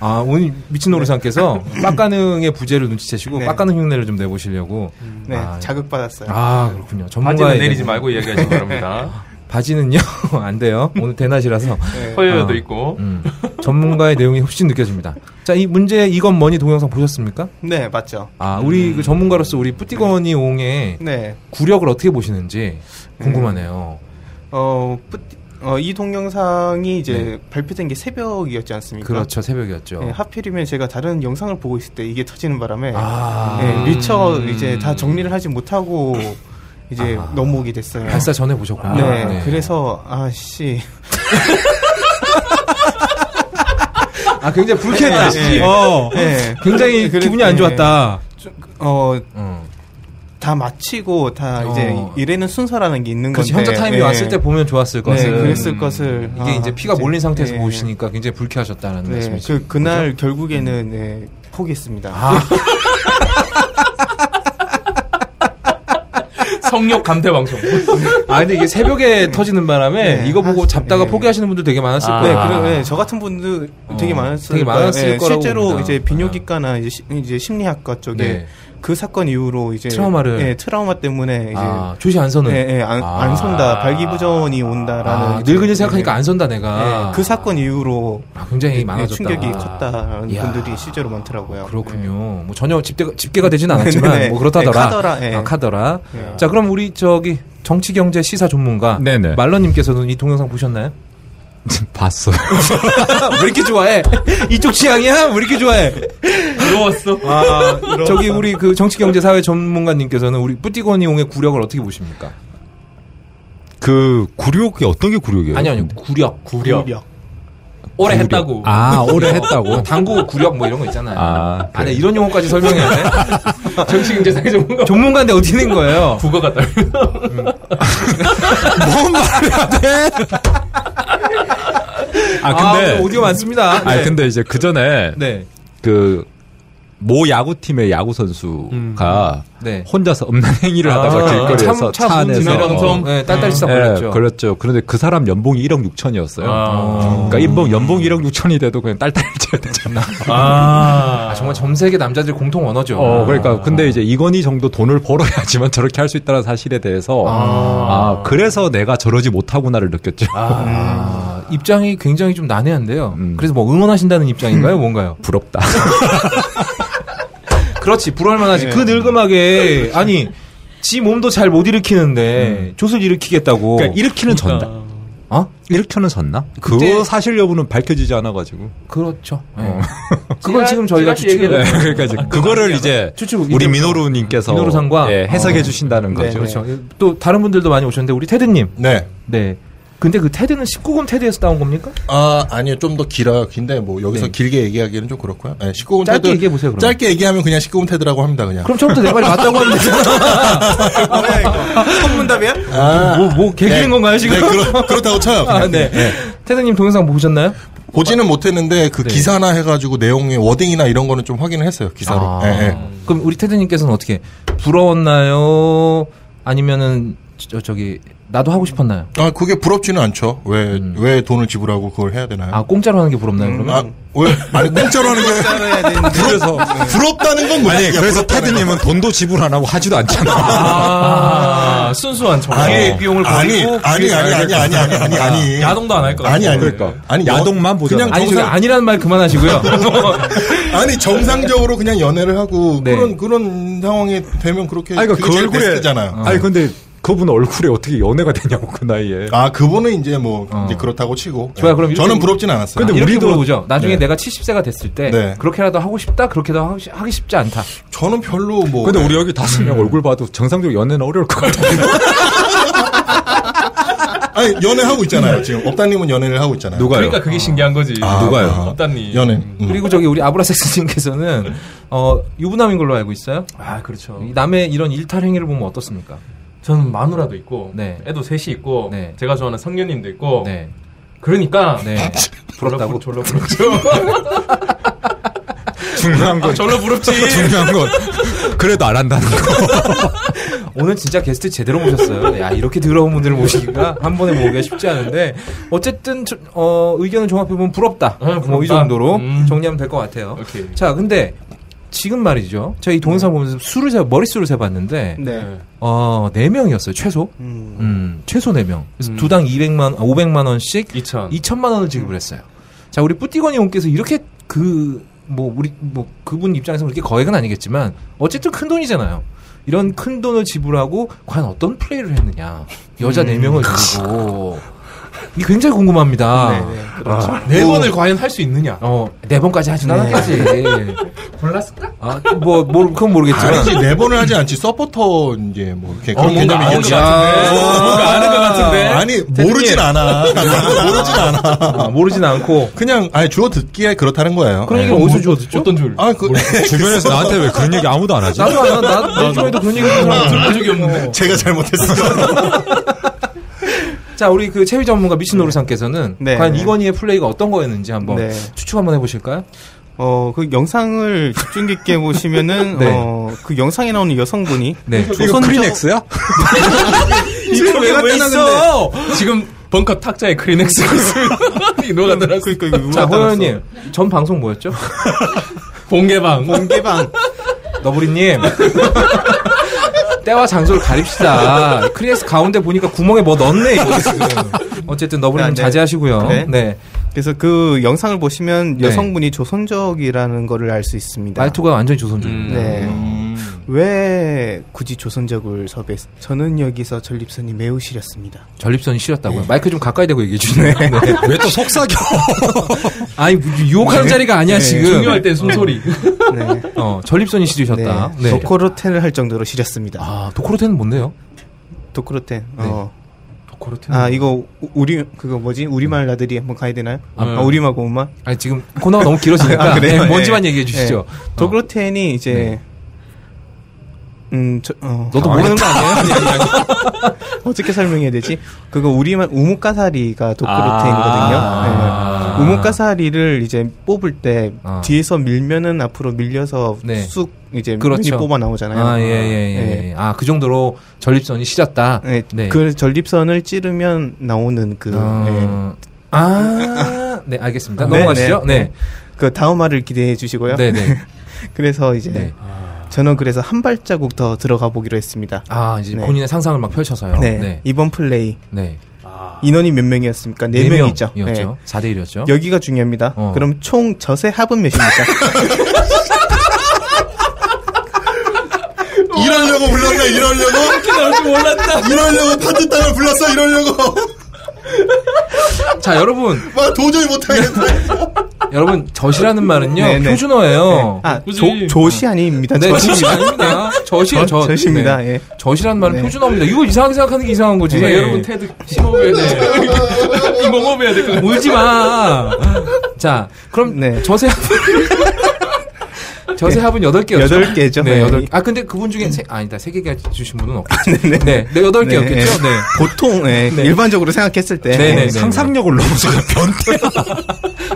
아, 오늘 미친 노루상께서 빡가능의 부재를 눈치채시고 네. 빡가능 흉내를 좀 내보시려고. 네, 아, 자극받았어요. 아, 그렇군요. 전문가의 바지는 내리지 말고 이야기하시기 바랍니다. 바지는요? 안 돼요. 오늘 대낮이라서. 네. 허여도 아. 있고. 음, 전문가의 내용이 훨씬 느껴집니다. 자, 이 문제 이건 뭐니 동영상 보셨습니까? 네, 맞죠. 아, 우리 그 전문가로서 우리 뿌띠거니 옹의 네, 구력을 어떻게 보시는지 음. 궁금하네요. 어, 뿌띠- 어, 이 동영상이 이제 발표된 게 새벽이었지 않습니까? 네. 그렇죠. 새벽이었죠. 네, 하필이면 제가 다른 영상을 보고 있을 때 이게 터지는 바람에 아. 음. 네, 미처 이제 다 정리를 하지 못하고 이제 아. 넘어오게 됐어요. 발사 전에 보셨군요. 네, 그래서 아씨 아, 굉장히 불쾌했다. 네, 네. 어. 네. 굉장히 그래- 기분이 안 네. 좋았다. 어, 어. 다 마치고 다 어. 이제 이래는 순서라는 게 있는 그렇지. 건데 현자 타임이 네. 왔을 때 보면 좋았을 네, 것은. 음. 그랬을 것을 이게 아, 이제 피가 이제- 몰린 상태에서 네. 보시니까 굉장히 불쾌하셨다는 네, 말씀이죠. 아. 그 그날 결국에는 네, 포기했습니다. 성욕 감퇴 방송. 아 근데 이게 새벽에 터지는 바람에 네, 이거 보고 하- 잡다가 네. 포기하시는 분들 되게 많았을 아. 네, 거예요. 그래, 네, 저 같은 분들 되게 어, 많았을 되게 거예요. 네, 많았을 거라고 실제로 봅니다. 이제 비뇨기과나 이제, 시- 이제 심리학과 쪽에 네. 그 사건 이후로 이제 트라우마를. 네, 트라우마 때문에 이제 아, 조시 안 서는. 네, 네, 안, 아. 안 선다, 발기부전이 온다라는 아, 이제- 늙은이 생각하니까 네, 안 선다 네, 내가. 그 사건 이후로 아, 굉장히 네, 아. 많아졌다. 충격이 아, 컸다라는 이야. 분들이 실제로 많더라고요. 그렇군요. 뭐 전혀 집대가, 집계가 되진 않았지만 네, 네. 뭐 그렇다더라. 네, 카더라, 예. 아, 카더라. 네. 자 그럼 우리 저기 정치 경제 시사 전문가 네네. 말러님께서는 이 동영상 보셨나요? 봤어요. 왜 이렇게 좋아해? 이쪽 취향이야? 왜 이렇게 좋아해? 부러웠어. 아, 저기 우리 그 정치 경제 사회 전문가님께서는 우리 뿌띠거니옹의 구력을 어떻게 보십니까? 그 구력이 어떤 게 구력이에요? 아니 아니 구력 구력. 오래 했다고. 아 오래 했다고. 뭐 당구 구력 뭐 이런 거 있잖아요. 아, 아, 네, 이런 용어까지 설명해야 돼. 정치경제상의 전문가. 전문가인데 어떻게 된 거예요? 국어 같다. 뭔 말이야 돼? 아 아, 근데 오디오 많습니다. 아 근데 이제 그 전에 네. 그 모 야구팀의 야구 선수가 네. 혼자서 없는 행위를 하다가 아, 길거리에서 참- 참 차 안에서 문제라는 어, 점. 네, 딸딸시사 예, 걸렸죠. 그렇죠. 그런데 그 사람 연봉이 1억 6천이었어요. 아. 그러니까 인봉 연봉 1억 6천이 돼도 그냥 딸딸 쳐야 되잖아. 아, 아, 정말 점세계 남자들 공통 언어죠. 아. 어, 그러니까 근데 이제 이건희 정도 돈을 벌어야지만 저렇게 할 수 있다는 사실에 대해서 아, 그래서 내가 저러지 못하구나를 느꼈죠. 아, 입장이 굉장히 좀 난해한데요. 음. 그래서 뭐 응원하신다는 입장인가요? 뭔가요? 부럽다. 그렇지, 불할만하지. 예. 그 늙음하게, 예, 아니, 지 몸도 잘 못 일으키는데, 조술 일으키겠다고. 음. 그러니까 일으키는 전다. 어? 일으켜는 졌나? 그때- 그 사실 여부는 밝혀지지 않아가지고. 그렇죠. 예. 그건 지금 저희가 지라시 얘기를 추측을. 그러니까 이제 그거를 이제 아, 추측, 우리 이름- 민호루님께서 민호루상과- 아. 네, 예, 해석해 주신다는 거죠. 그렇죠. 또 다른 분들도 많이 오셨는데, 우리 테드님. 네. 네. 근데 그 테드는 19금 테드에서 나온 겁니까? 아, 아니요. 좀 더 길어요. 긴데, 뭐, 여기서 네. 길게 얘기하기는 좀 그렇고요. 네, 19금 짧게 테드. 얘기해보세요, 그럼. 짧게 얘기하면 그냥 19금 테드라고 합니다, 그냥. 그럼 처음부터 내 말이 맞다고 하면 되잖아. 뭐야 이거? 선문답이야? 아. 뭐, 뭐 개기는 네. 건가요 지금? 네, 그렇, 그렇다고 쳐요. 아, 그냥. 네. 네. 테드님 동영상 보셨나요? 보지는 못했는데, 그 기사나 해가지고 내용의 워딩이나 이런 거는 좀 확인을 했어요, 기사로. 아. 예, 예. 그럼 우리 테드님께서는 어떻게 부러웠나요? 아니면은 저, 저기 나도 하고 싶었나요? 아, 그게 부럽지는 않죠. 왜, 음. 왜 돈을 지불하고 그걸 해야 되나요? 아 공짜로 하는 게 부럽나요? 그러면 아, 왜? 아니, 공짜로 하는 게. 따로 해야 되는데. 그래서. 부럽다는 건 뭐지? 아니 그래서 테드님은 돈도 지불 안 하고 하지도 않잖아. 아, 순수한 정보. 아니, 비용을 아니, 버리고 아니, 아니, 아니, 아니, 아니, 아니, 아니. 야동도 안 할 것 같아요. 아니, 아니. 그러니까. 아니, 야동만 여- 보잖아. 그냥 아니 저기 정상, 아니라는 말 그만하시고요. 아니 정상적으로 그냥 연애를 하고 네. 그런 그런 상황이 되면 그렇게 아니 그러니까 그게 그 제일 얼굴에 베스트잖아요. 어. 아니 근데 그분 얼굴에 어떻게 연애가 되냐고 그 나이에. 아 그분은 이제 뭐 어. 이제 그렇다고 치고 좋아요, 그럼 이렇게- 뭐- 저는 부럽진 않았어요. 근데 이렇게 우리도- 물어보죠. 나중에 네. 내가 70세가 됐을 때 네. 그렇게라도 하고 싶다. 그렇게도 하고 싶- 하기 쉽지 않다. 저는 별로 뭐 근데 우리 여기 다섯 명 얼굴 봐도 정상적으로 연애는 어려울 것 같아요. 아니 연애하고 있잖아요 지금 업다님은 연애를 하고 있잖아요. 그러니까 그게 신기한 거지. 아, 누가요? 아, 업다님. 연애. 음. 그리고 저기 우리 아브라섹스님께서는 어, 유부남인 걸로 알고 있어요. 아, 그렇죠. 이 남의 이런 일탈 행위를 보면 어떻습니까? 저는 마누라도 있고, 네. 애도 셋이 있고, 네. 제가 좋아하는 성녀님도 있고, 네, 그러니까 네. 부럽다고 어. 졸라 부럽죠. 중요한 아, 건 졸라 부럽지. 중요한 건 그래도 안 한다는 거. 오늘 진짜 게스트 제대로 모셨어요. 야 이렇게 더러운 분들을 모시기가 한 번에 모으기가 쉽지 않은데 어쨌든 저- 어, 의견을 종합해 보면 부럽다. 아, 부럽다. 뭐이 정도로 음. 정리하면 될 것 같아요. 오케이. 음. 자 근데 지금 말이죠. 제가 이 동영상 보면서 수를 세 머릿수를 세봤는데 네. 어, 4명이었어요, 최소. 음. 음, 최소 4명. 그래서 음. 두 당 200만, 아, 500만원씩 2천. 2천만 원을 지급을 했어요. 자, 우리 뿌띠건이 형께서 이렇게 그, 뭐, 우리, 뭐, 그분 입장에서 그렇게 거액은 아니겠지만, 어쨌든 큰 돈이잖아요. 이런 큰 돈을 지불하고, 과연 어떤 플레이를 했느냐. 여자 네 4명을 누르고. 이게 굉장히 궁금합니다. 아, 네, 네. 네 번을 과연 할 수 있느냐? 어, 네 번까지 하진 않았겠지. 골랐을까? 아, 뭐, 모르, 그건 모르겠지만. 아니지 네 번을 하지 않지 서포터 이제 뭐 이렇게 어, 그런 뭔가 개념이 아는 있겠죠. 것 같은데. 어, 뭔가 아는 것 같은데. 아니 모르진 않아 모르진 않아 아, 모르진 않고. 그냥 아니 주워 듣기에 그렇다는 거예요. 그런 예. 네. 얘기를 어디서 주워 듣죠? 어떤 줄? 아, 뭐, 그, 주변에서 나한테 왜 그런 얘기 아무도 안 하지? 나도 안, 나, 내 주변에도 그런 얘기 아, 들어본 적이 없는데. 제가 잘못했어요. 자, 우리 그 체위 전문가 미친 노르상께서는 네. 과연 네. 이건희의 플레이가 어떤 거였는지 한번 네. 추측 한번 해보실까요? 어, 그 영상을 집중 깊게 보시면은, 네. 어, 그 영상에 나오는 여성분이. 네. 그 이거 크리넥스야? 이거 왜 있어? 지금 벙커 탁자에 크리넥스가 있습니다. 이 노가 들어 그러니까 그니까 이거 누가 자, 따랐어? 호연님. 전 방송 뭐였죠? 공개방. 공개방. 너브리님. 때와 장소를 가립시다. 크리에스 가운데 보니까 구멍에 뭐 넣었네, 이거 지금. 어쨌든 너브리님 아, 네. 자제하시고요. 네. 네. 그래서 그 영상을 보시면 네. 여성분이 조선적이라는 거를 알 수 있습니다. 말투가 완전히 조선족. 음. 네. 왜 굳이 조선적을 섭외했? 저는 여기서 전립선이 매우 시렸습니다. 전립선이 싫었다고요. 마이크 좀 가까이 대고 얘기해주네. 네. 왜 또 속삭여? 아니, 뭐 유혹하는 자리가 아니야, 지금. 중요할 땐 숨소리. 네. 어, 전립선이 싫으셨다. 네. 도코르텐을 할 정도로 시렸습니다. 아, 도코로테는 뭔데요? 도코르텐. 어. 도코르텐. 아 이거 우- 우리 그거 뭐지? 우리말 나들이 한번 가야 되나요? 아, 음. 우리말 고운말. 네. 아니 지금 코너가 너무 길어지니까 아, 그래요? 네, 뭔지만 예. 얘기해 주시죠. 어. 네. 도코르텐이 이제 음, 저, 어, 아, 너도 모르는 거 아니에요? 어떻게 설명해야 되지? 그거 우리말 우뭇가사리가 도코르텐이거든요. 아. 네. 우뭇가사리를 이제 뽑을 때 아. 뒤에서 밀면은 앞으로 밀려서 네. 쑥 이제 그렇죠. 면이 뽑아 나오잖아요. 아, 예, 예, 예. 네. 예. 아, 그 정도로 전립선이 시렸다. 네, 그 전립선을 찌르면 나오는 그, 예. 어, 네. 아, 네, 알겠습니다. 네, 넘어가시죠. 네. 네. 그 다음 화를 기대해 주시고요. 네, 네. 그래서 이제 네. 저는 그래서 한 발자국 더 들어가 보기로 했습니다. 아, 이제 네. 본인의 상상을 막 펼쳐서요. 네. 네. 이번 플레이 네. 인원이 몇 명이었습니까? 네, 명이죠. 명이었죠. 4대 1이었죠. 예. 여기가 중요합니다. 어. 그럼 총 젖의 합은 몇입니까? 이러려고 불렀네, 이러려고. 이러려고 파트 땅을 불렀어, 이러려고. 자, 여러분. 막 도저히 못하겠다. 여러분 젖이라는 말은요 네, 네. 표준어예요. 아, 굳이- 조, 조시 아닙니다. 네, 조시. 젖이 아닙니다. 젖이에요, 젖. 젖입니다. 네. 예. 젖이라는 말은 네. 표준어입니다. 이거 이상하게 생각하는 게 이상한 거지. 네, 여러분 테드 심호흡해야 돼. 이거 호흡해야 될 것 같아요. 울지 마. 자, 그럼 네. 젖의 합은 젖의 합은 여덟 개였죠. 여덟 개죠. 네, 네. 아, 여덟. 아 근데 그분 중에 세, 아니다 세 개가 주신 분은 없겠죠. 네, 네, 여덟 네, 개였겠죠. 네. 보통 예, 네. 일반적으로 생각했을 때 네, 네, 네. 상상력을 넘어서 그냥 변태.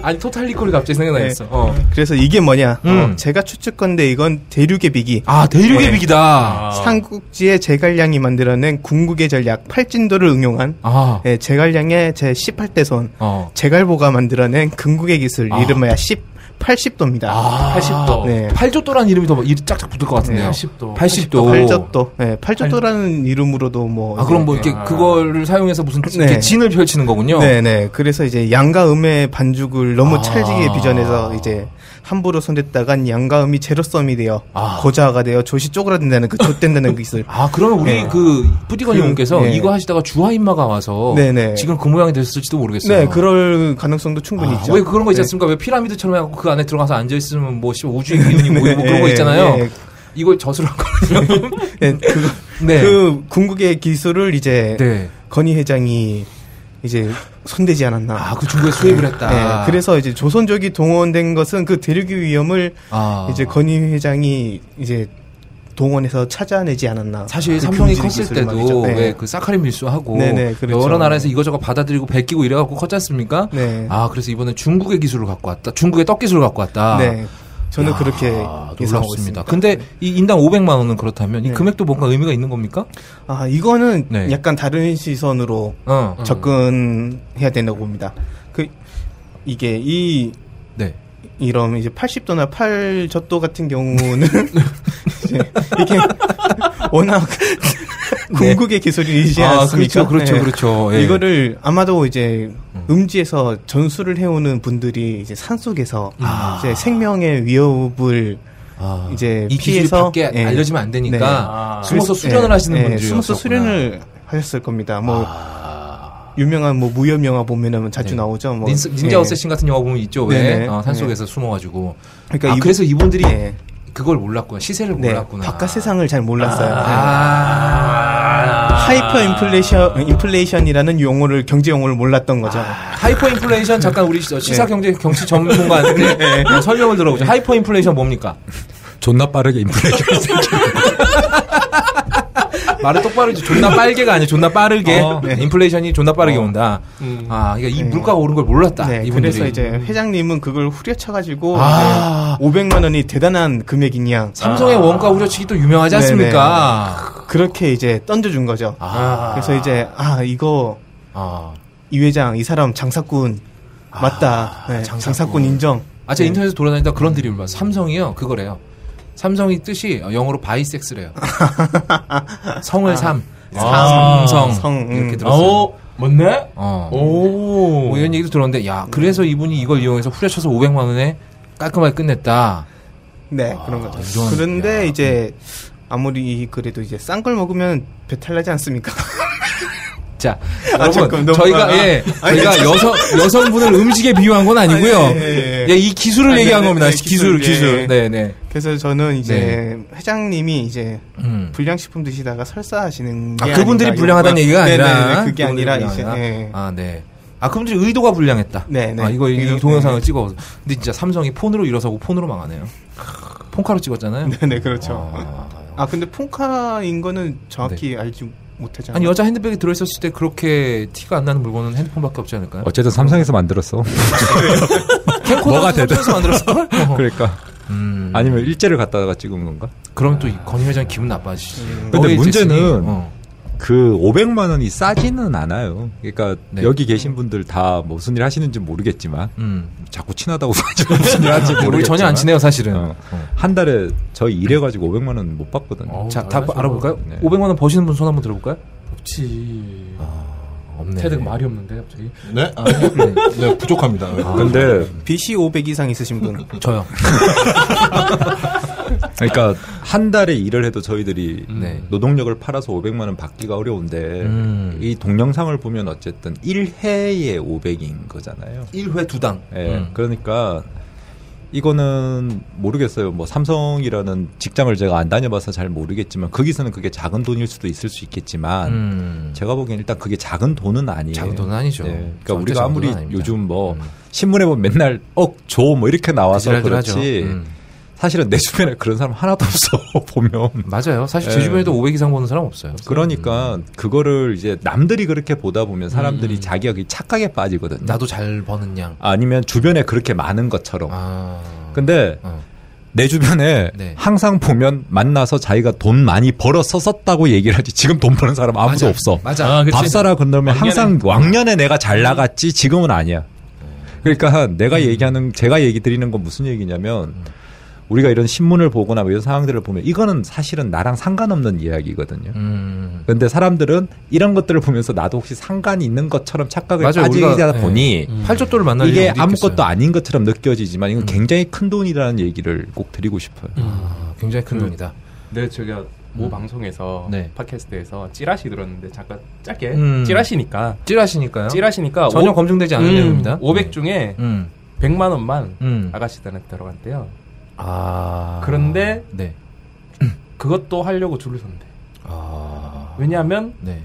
아니 토탈 리콜이 갑자기 네. 생각나겠어. 어. 그래서 이게 뭐냐? 음. 어, 제가 추측건데 이건 대륙의 비기. 아 대륙의 네. 비기다. 아. 삼국지의 제갈량이 만들어낸 궁극의 전략 팔진도를 응용한 아, 예, 제갈량의 제 18대손 어. 제갈보가 만들어낸 궁극의 기술 아. 이름하야 10 80도입니다. 아, 80도. 네. 팔조또라는 이름이 더 뭐, 이- 짝짝 붙을 것 같은데요. 80도. 80도. 팔젓도. 예, 팔젓도라는 이름으로도 뭐 아, 그럼 뭐 이렇게 아. 그거를 사용해서 무슨 네. 이렇게 진을 펼치는 거군요. 네네. 그래서 이제 양과 음의 반죽을 너무 아. 찰지게 빚어내서 이제 함부로 손댔다간 양과 음이 제로섬이 되어 아. 고자가 되어 조시 쪼그라든다는 그 좆된다는 기술. 아, 그러면 우리 네. 그 뿌디건 그, 형님께서 네. 이거 하시다가 주하인마가 와서 네네. 지금 그 모양이 됐을지도 모르겠어요. 네, 그럴 가능성도 아, 충분히 있죠. 네. 왜 그런 거 있지 않습니까? 왜 피라미드처럼 해갖고 그 안에 들어가서 앉아있으면 뭐 씨발 우주의 기운이 뭐 네, 뭐 그런 거 예, 있잖아요. 예. 이걸 젖으로 한 거거든요. 네, 그, 네. 그 궁극의 기술을 이제 네. 건희 회장이 이제 손대지 않았나. 아, 그 중국에 수입을 했다. 네, 그래서 이제 조선족이 동원된 것은 그 대륙의 위험을 아. 이제 건희 회장이 이제 동원해서 찾아내지 않았나. 사실 그 삼성이 금지의 컸을 기술 때도 말이죠. 네. 왜 그 사카린 밀수하고 네네, 그렇죠. 여러 나라에서 이거저거 받아들이고 베끼고 이래갖고 컸지 않습니까? 네. 아 그래서 이번에 중국의 기술을 갖고 왔다. 중국의 떡 기술을 갖고 왔다. 네. 저는 아. 야, 그렇게 예상하고 놀랍습니다. 있습니다. 근데 이 인당 500만 원은 그렇다면 이 네. 금액도 뭔가 의미가 있는 겁니까? 아, 이거는 네. 약간 다른 시선으로 어. 접근해야 된다고 봅니다. 그 이게 이 네. 이런 이제 80도나 8젖도 같은 경우는 이제 이게 워낙 궁극의 기술이지 네. 아, 않습니까? 그렇죠, 그렇죠, 네. 그렇죠. 예. 이거를 아마도 이제 음지에서 전술을 해오는 분들이 이제 산 속에서 이제 생명의 위협을 음. 아, 이제 이 기술이 피해서 밖에 예. 알려지면 안 되니까 네. 아. 숨어서 그래서- 수련을 예, 하시는 예, 분들이 숨어서 수련을 하셨을 겁니다. 뭐 유명한 뭐 무협 영화 보면은 자주 아. 네. 나오죠. 뭐 닌스, 닌자 예. 어쌔신 같은 영화 보면 있죠. 왜 네네. 어, 산속에서 숨어가지고. 그러니까 아, 이분- 그래서 이분들이 네. 그걸 몰랐구나. 시세를 네, 몰랐구나. 바깥 세상을 잘 몰랐어요. 아. 네. 하이퍼 인플레이션 인플레이션이라는 용어를 경제 용어를 몰랐던 거죠. 하이퍼 인플레이션 잠깐 우리 시- 시사 경제 경치 전문가한테 어, 설명을 들어보죠. 하이퍼 인플레이션 뭡니까? 존나 빠르게 인플레이션. 말을 똑바로 해줘. 존나 빨개가 아니야. 존나 빠르게 어, 네. 인플레이션이 존나 빠르게 온다. 음. 아, 그러니까 이 네. 물가가 오른 걸 몰랐다. 네, 이분들이. 그래서 이제 회장님은 그걸 후려쳐가지고 아. 이제 500만 원이 대단한 금액인 양 삼성의 원가 후려치기 또 유명하지 네네. 않습니까? 그렇게 이제 던져준 거죠. 아. 그래서 이제 아 이거 아. 이 회장 이 사람 장사꾼 맞다. 네, 장사꾼. 장사꾼. 인정. 아, 제가 인터넷에서 돌아다니다 그런 드립을 봤어요. 삼성이요. 그거래요. 삼성이 뜻이 영어로 바이섹스래요. 성을 삼. 아. 삼성. 성, 음. 이렇게 들었어요. 오, 맞네? 어. 오. 예. 뭐 이런 얘기도 들었는데, 야, 음. 그래서 이분이 이걸 이용해서 후려쳐서 500만원에 깔끔하게 끝냈다. 네 그런 거죠. 이런- 그런데 아, 야. 이제 아무리 그래도 이제 싼 걸 먹으면 배탈 나지 않습니까? 자, 아, 여러분, 잠깐, 너무 저희가, 많아. 예, 아니, 저희가 여성, 여성분을 음식에 비유한 건 아니고요. 아, 예, 예, 예. 예, 이 기술을 아, 얘기한 네, 네, 겁니다. 네, 기술, 기술, 기술. 예. 네, 네. 그래서 저는 이제 회장님이 이제 음. 불량식품 드시다가 설사하시는 아, 게 그분들이 예, 아닌가, 불량하다는 이런- 얘기가 아니라. 뭐, 네네네, 그게 그분들이 아니라 이제 불량하다. 예. 아, 네. 아, 그분들이 의도가 불량했다. 네, 네. 아, 이거 이 의도- 동영상을 네. 찍어서. 근데 진짜 삼성이 폰으로 일어서고 폰으로 망하네요. 폰카로 찍었잖아요. 네네 그렇죠. 아, 네. 아 근데 폰카인 거는 정확히 알지 못하잖아요. 아니 여자 핸드백에 들어있었을 때 그렇게 티가 안 나는 물건은 핸드폰밖에 없지 않을까요? 어쨌든 삼성에서 만들었어. 캠코더가 삼성에서 만들었을걸? 어. 그러니까. 음, 아니면 일제를 갖다가 찍은 건가? 그럼 또 건희 회장 기분 나빠지지. 근데 너의 문제는 재산이, 어. 그 500만 원이 싸지는 않아요. 그러니까 네. 여기 계신 분들 다 무슨 일 하시는지 모르겠지만 음. 자꾸 친하다고 하지만 무슨 일 하는지 우리 모르겠지만 전혀 안 친해요 사실은. 어. 한 달에 저희 일해가지고 500만 원 못 받거든요. 어. 자, 다 알았어. 알아볼까요? 네. 500만 원 버시는 분 손 한번 들어볼까요? 없지. 없네. 테드가 말이 없는데, 갑자기. 네? 아, 네. 네, 부족합니다. 아. 근데 네, BC 500 이상 있으신 분. 저요. 그러니까 한 달에 일을 해도 저희들이 네. 노동력을 팔아서 500만 원 받기가 어려운데 음. 이 동영상을 보면 어쨌든 1회에 500인 거잖아요. 1회 두 당. 예, 그러니까 이거는 모르겠어요. 뭐 삼성이라는 직장을 제가 안 다녀봐서 잘 모르겠지만 거기서는 그게 작은 돈일 수도 있을 수 있겠지만 음. 제가 보기엔 일단 그게 작은 돈은 아니에요. 작은 돈은 아니죠. 예, 절대 그러니까 우리가 작은 아무리 돈은 아닙니다. 음. 요즘 뭐 신문에 보면 맨날 억줘 뭐 이렇게 나와서 아슬아슬하죠. 그렇지 음. 사실은 내 주변에 그런 사람 하나도 없어 보면 맞아요. 사실 제 예. 주변에도 500 이상 보는 사람 없어요. 그러니까 그거를 이제 남들이 그렇게 보다 보면 사람들이 자기가 그 착각에 빠지거든요. 음. 나도 잘 버는 양. 아니면 주변에 그렇게 많은 것처럼. 아. 근데 어. 내 주변에 네. 항상 보면 만나서 자기가 돈 많이 벌어서 썼다고 얘기를 하지. 지금 돈 버는 사람 아무도 맞아. 없어. 맞아. 아, 그치. 밥 사라 건너면 왕년에- 어. 항상 왕년에 내가 잘 나갔지 지금은 아니야. 그러니까 음. 내가 얘기하는 제가 얘기 드리는 건 무슨 얘기냐면 우리가 이런 신문을 보거나 뭐 이런 상황들을 보면 이거는 사실은 나랑 상관없는 이야기거든요. 음. 근데 사람들은 이런 것들을 보면서 나도 혹시 상관이 있는 것처럼 착각을 맞아요. 빠지다 우리가, 그 네. 음. 보니 팔조또를 만날 일이 이게 어디 아무것도 있겠어요. 음. 아닌 것처럼 느껴지지만 이건 굉장히 큰 돈이라는 얘기를 꼭 드리고 싶어요. 음. 아, 굉장히 큰 음. 그- 돈이다. 네, 제가 모 방송에서 네. 팟캐스트에서 찌라시 들었는데 잠깐 짧게 음. 찌라시니까 어? 찌라시니까요. 찌라시니까 전혀 오- 검증되지 않은 음, 내용입니다. 500 중에 음. 100만 원만 음. 아가씨들한테 들어간대요. 아. 그런데- 네. 그것도 하려고 줄을 선대. 아. 왜냐하면 네.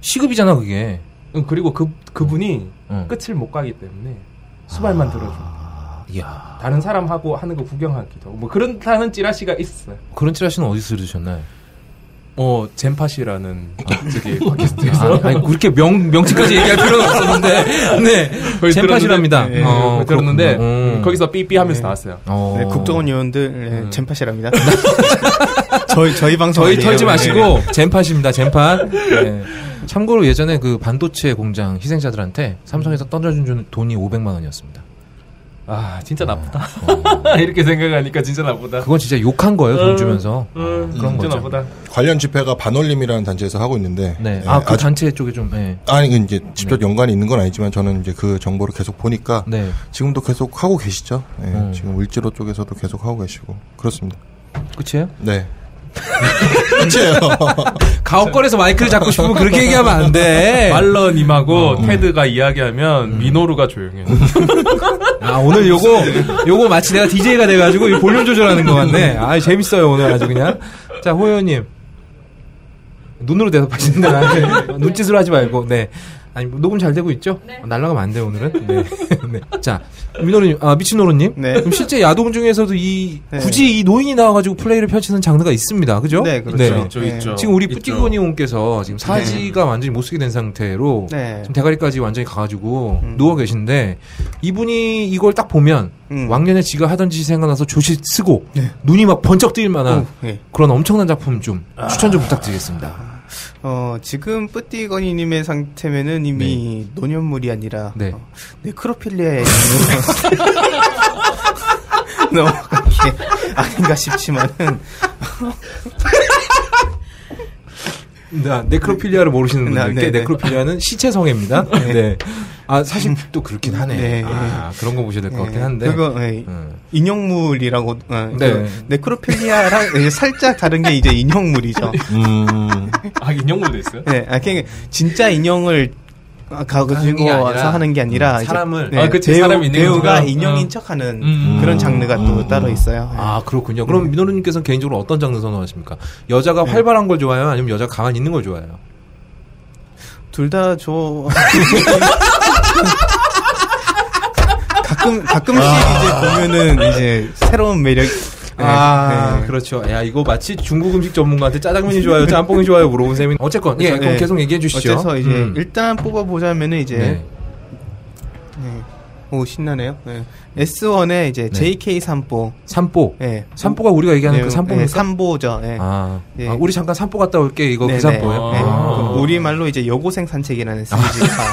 시급이잖아, 그게. 음, 그리고 그 그분이 응. 끝을 못 가기 때문에 수발만 들어준다. 아. 이야. 다른 사람하고 하는 거 구경하기도 하고 뭐 그런다는 찌라시가 있어요. 그런 찌라시는 어디서 들으셨나요? 어 젠팟이라는 저기 팟캐스트에서 아, 아니, 그렇게 명, 명칭까지 얘기할 필요는 없었는데. 네. 거기 젠팟이랍니다. 네. 어, 들었는데, 예, 거기 들었는데 그렇군요. 음. 거기서 삐삐 하면서 나왔어요. 어. 음. 네, 국정원 의원들 네, 젠팟이랍니다. 저희 저희 방송 저희 아니에요. 털지 네. 마시고 젠팟입니다. 젠팟. 네. 참고로 예전에 그 반도체 공장 희생자들한테 음. 삼성에서 던져준 준 돈이 500만 원이었습니다. 네. 아 진짜 나쁘다. 어. 이렇게 생각하니까 진짜 나쁘다. 그건 진짜 욕한 거예요. 돈 음, 주면서. 음, 아, 그런 거죠. 진짜 나쁘다. 관련 집회가 반올림이라는 단체에서 하고 있는데 네. 예, 아 그 아주- 단체 쪽에 좀. 네. 아니 그 이건 이제 직접 연관이 있는 건 아니지만 저는 이제 그 정보를 계속 보니까 네. 지금도 계속 하고 계시죠. 예, 음. 지금 을지로 쪽에서도 계속 하고 계시고 그렇습니다. 끝이에요? 네. 네. 끝이에요. 가옥걸에서 마이크를 잡고 싶으면 그렇게 얘기하면 안 돼. 말러님하고 어. 테드가 이야기하면 음. 미노루가 조용해요. 아 오늘 요거 요거 마치 내가 DJ가 돼가지고 이 볼륨 조절하는 것 같네. 아 재밌어요 오늘 아주 그냥. 자 호연님 눈으로 대답하시는 데 나한테 눈짓으로 하지 말고 네. 아니 뭐 녹음 잘 되고 있죠? 네. 아, 날라가면 안 돼요 오늘은. 네. 네. 자 민호님 아 미친노로님. 네. 그럼 실제 야동 중에서도 이 네. 굳이 이 노인이 나와가지고 플레이를 펼치는 장르가 있습니다. 그죠? 네, 그렇죠. 있죠, 네. 있죠. 지금 우리 있죠. 뿌띠코니온께서 지금 사지가 완전히 못 쓰게 된 상태로 네. 지금 대가리까지 완전히 가가지고 음. 누워 계신데 이분이 이걸 딱 보면 음. 왕년에 지가 하던 짓이 생각나서 조시 쓰고 눈이 막 번쩍 뜰 만한 네. 그런 엄청난 작품 좀 아. 추천 좀 부탁드리겠습니다. 어, 지금 뿌띠거니님의 상태면은 이미 노년물이 아니라 네. 어, 네크로필리아의 양으로 넘어간 게 아닌가 싶지만은 네, 네크로필리아를 모르시는 네, 분들께 네, 네. 네크로필리아는 시체 성애입니다. 네. 아 사실 또 그렇긴 하네. 음. 네. 아 그런 거 보셔야 될 것 같긴 네, 한데. 그거 네, 음. 인형물이라고 어, 네. 그 네크로필리아랑 네, 살짝 다른 게 이제 인형물이죠. 음, 아 인형물도 있어요? 네, 아, 그냥 진짜 인형을 아, 하는 가지고 게 와서 아니라 하는 게 아니라 음, 이제, 사람을. 네, 아, 그치, 배우, 사람 있는 배우가 것처럼. 인형인 음. 척하는 음. 그런 장르가 또 음. 따로 있어요. 네. 아 그렇군요. 음. 그럼 민호루님께서는 개인적으로 어떤 장르 선호하십니까? 여자가 네. 활발한 걸 좋아해요? 아니면 여자가 가만히 있는 걸 좋아해요? 둘 다 좋아. 가끔 가끔씩 이제 보면은 이제 새로운 매력. 네, 아, 네. 그렇죠. 야, 이거 마치 중국 음식 전문가한테 짜장면이 좋아요, 짬뽕이 좋아요 물어본 셈인. 어쨌건, 예, 네. 그럼 계속 얘기해 주시죠. 어째서 이제 음. 일단 뽑아보자면은 이제 네. 네. 오 신나네요. 네. S1의 이제 JK 삼보. 삼보. 예. 네. 삼보가 우리가 얘기하는 네, 그 네, 삼보입니까? 삼보죠. 예. 아, 예. 아, 우리 잠깐 삼보 갔다 올게. 이거 네, 그 삼보요. 네, 네. 아. 그 우리말로 이제 여고생 산책이라는 시리즈가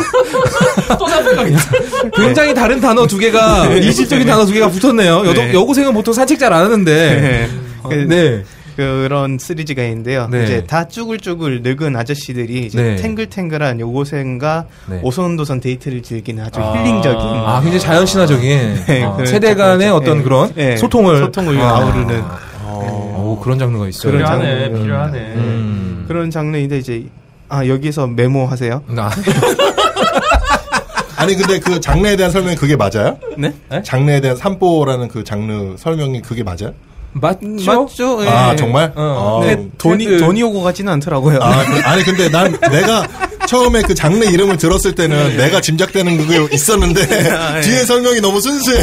굉장히 다른 단어 두 개가 이질적인 단어 두 개가 붙었네요. 여동, 네. 여고생은 보통 산책 잘 안 하는데. 네. 어, 그- 네. 그런 시리즈가 있는데요. 네. 이제 다 쭈글쭈글 늙은 아저씨들이 이제 네. 탱글탱글한 요고생과 네. 오선도선 데이트를 즐기는 아주 아. 힐링적인 아, 굉장히 자연신화적인 네, 어, 그런 세대 간의 작품이죠. 어떤 네. 그런 네. 소통을 소통을 아. 아우르는 오, 그런 장르가 있어요. 그런 필요하네, 장르. 필요하네. 그렇죠. 음. 그런 장르인데 이제 아 여기서 메모하세요. 나 아니 근데 그 장르에 대한 설명이 그게 맞아요? 네? 장르에 대한 삼보라는 그 장르 설명이 그게 맞아요? 음. 맞죠? 맞죠? 네. 예. 아 정말? 아, 어. 근데 돈이 그- 돈이 오고 가지는 않더라고요. 아, 그- 아니 근데 난 내가 처음에 그 장르 이름을 들었을 때는 네. 내가 짐작되는 그게 있었는데 아, 예. 뒤에 설명이 너무 순수해.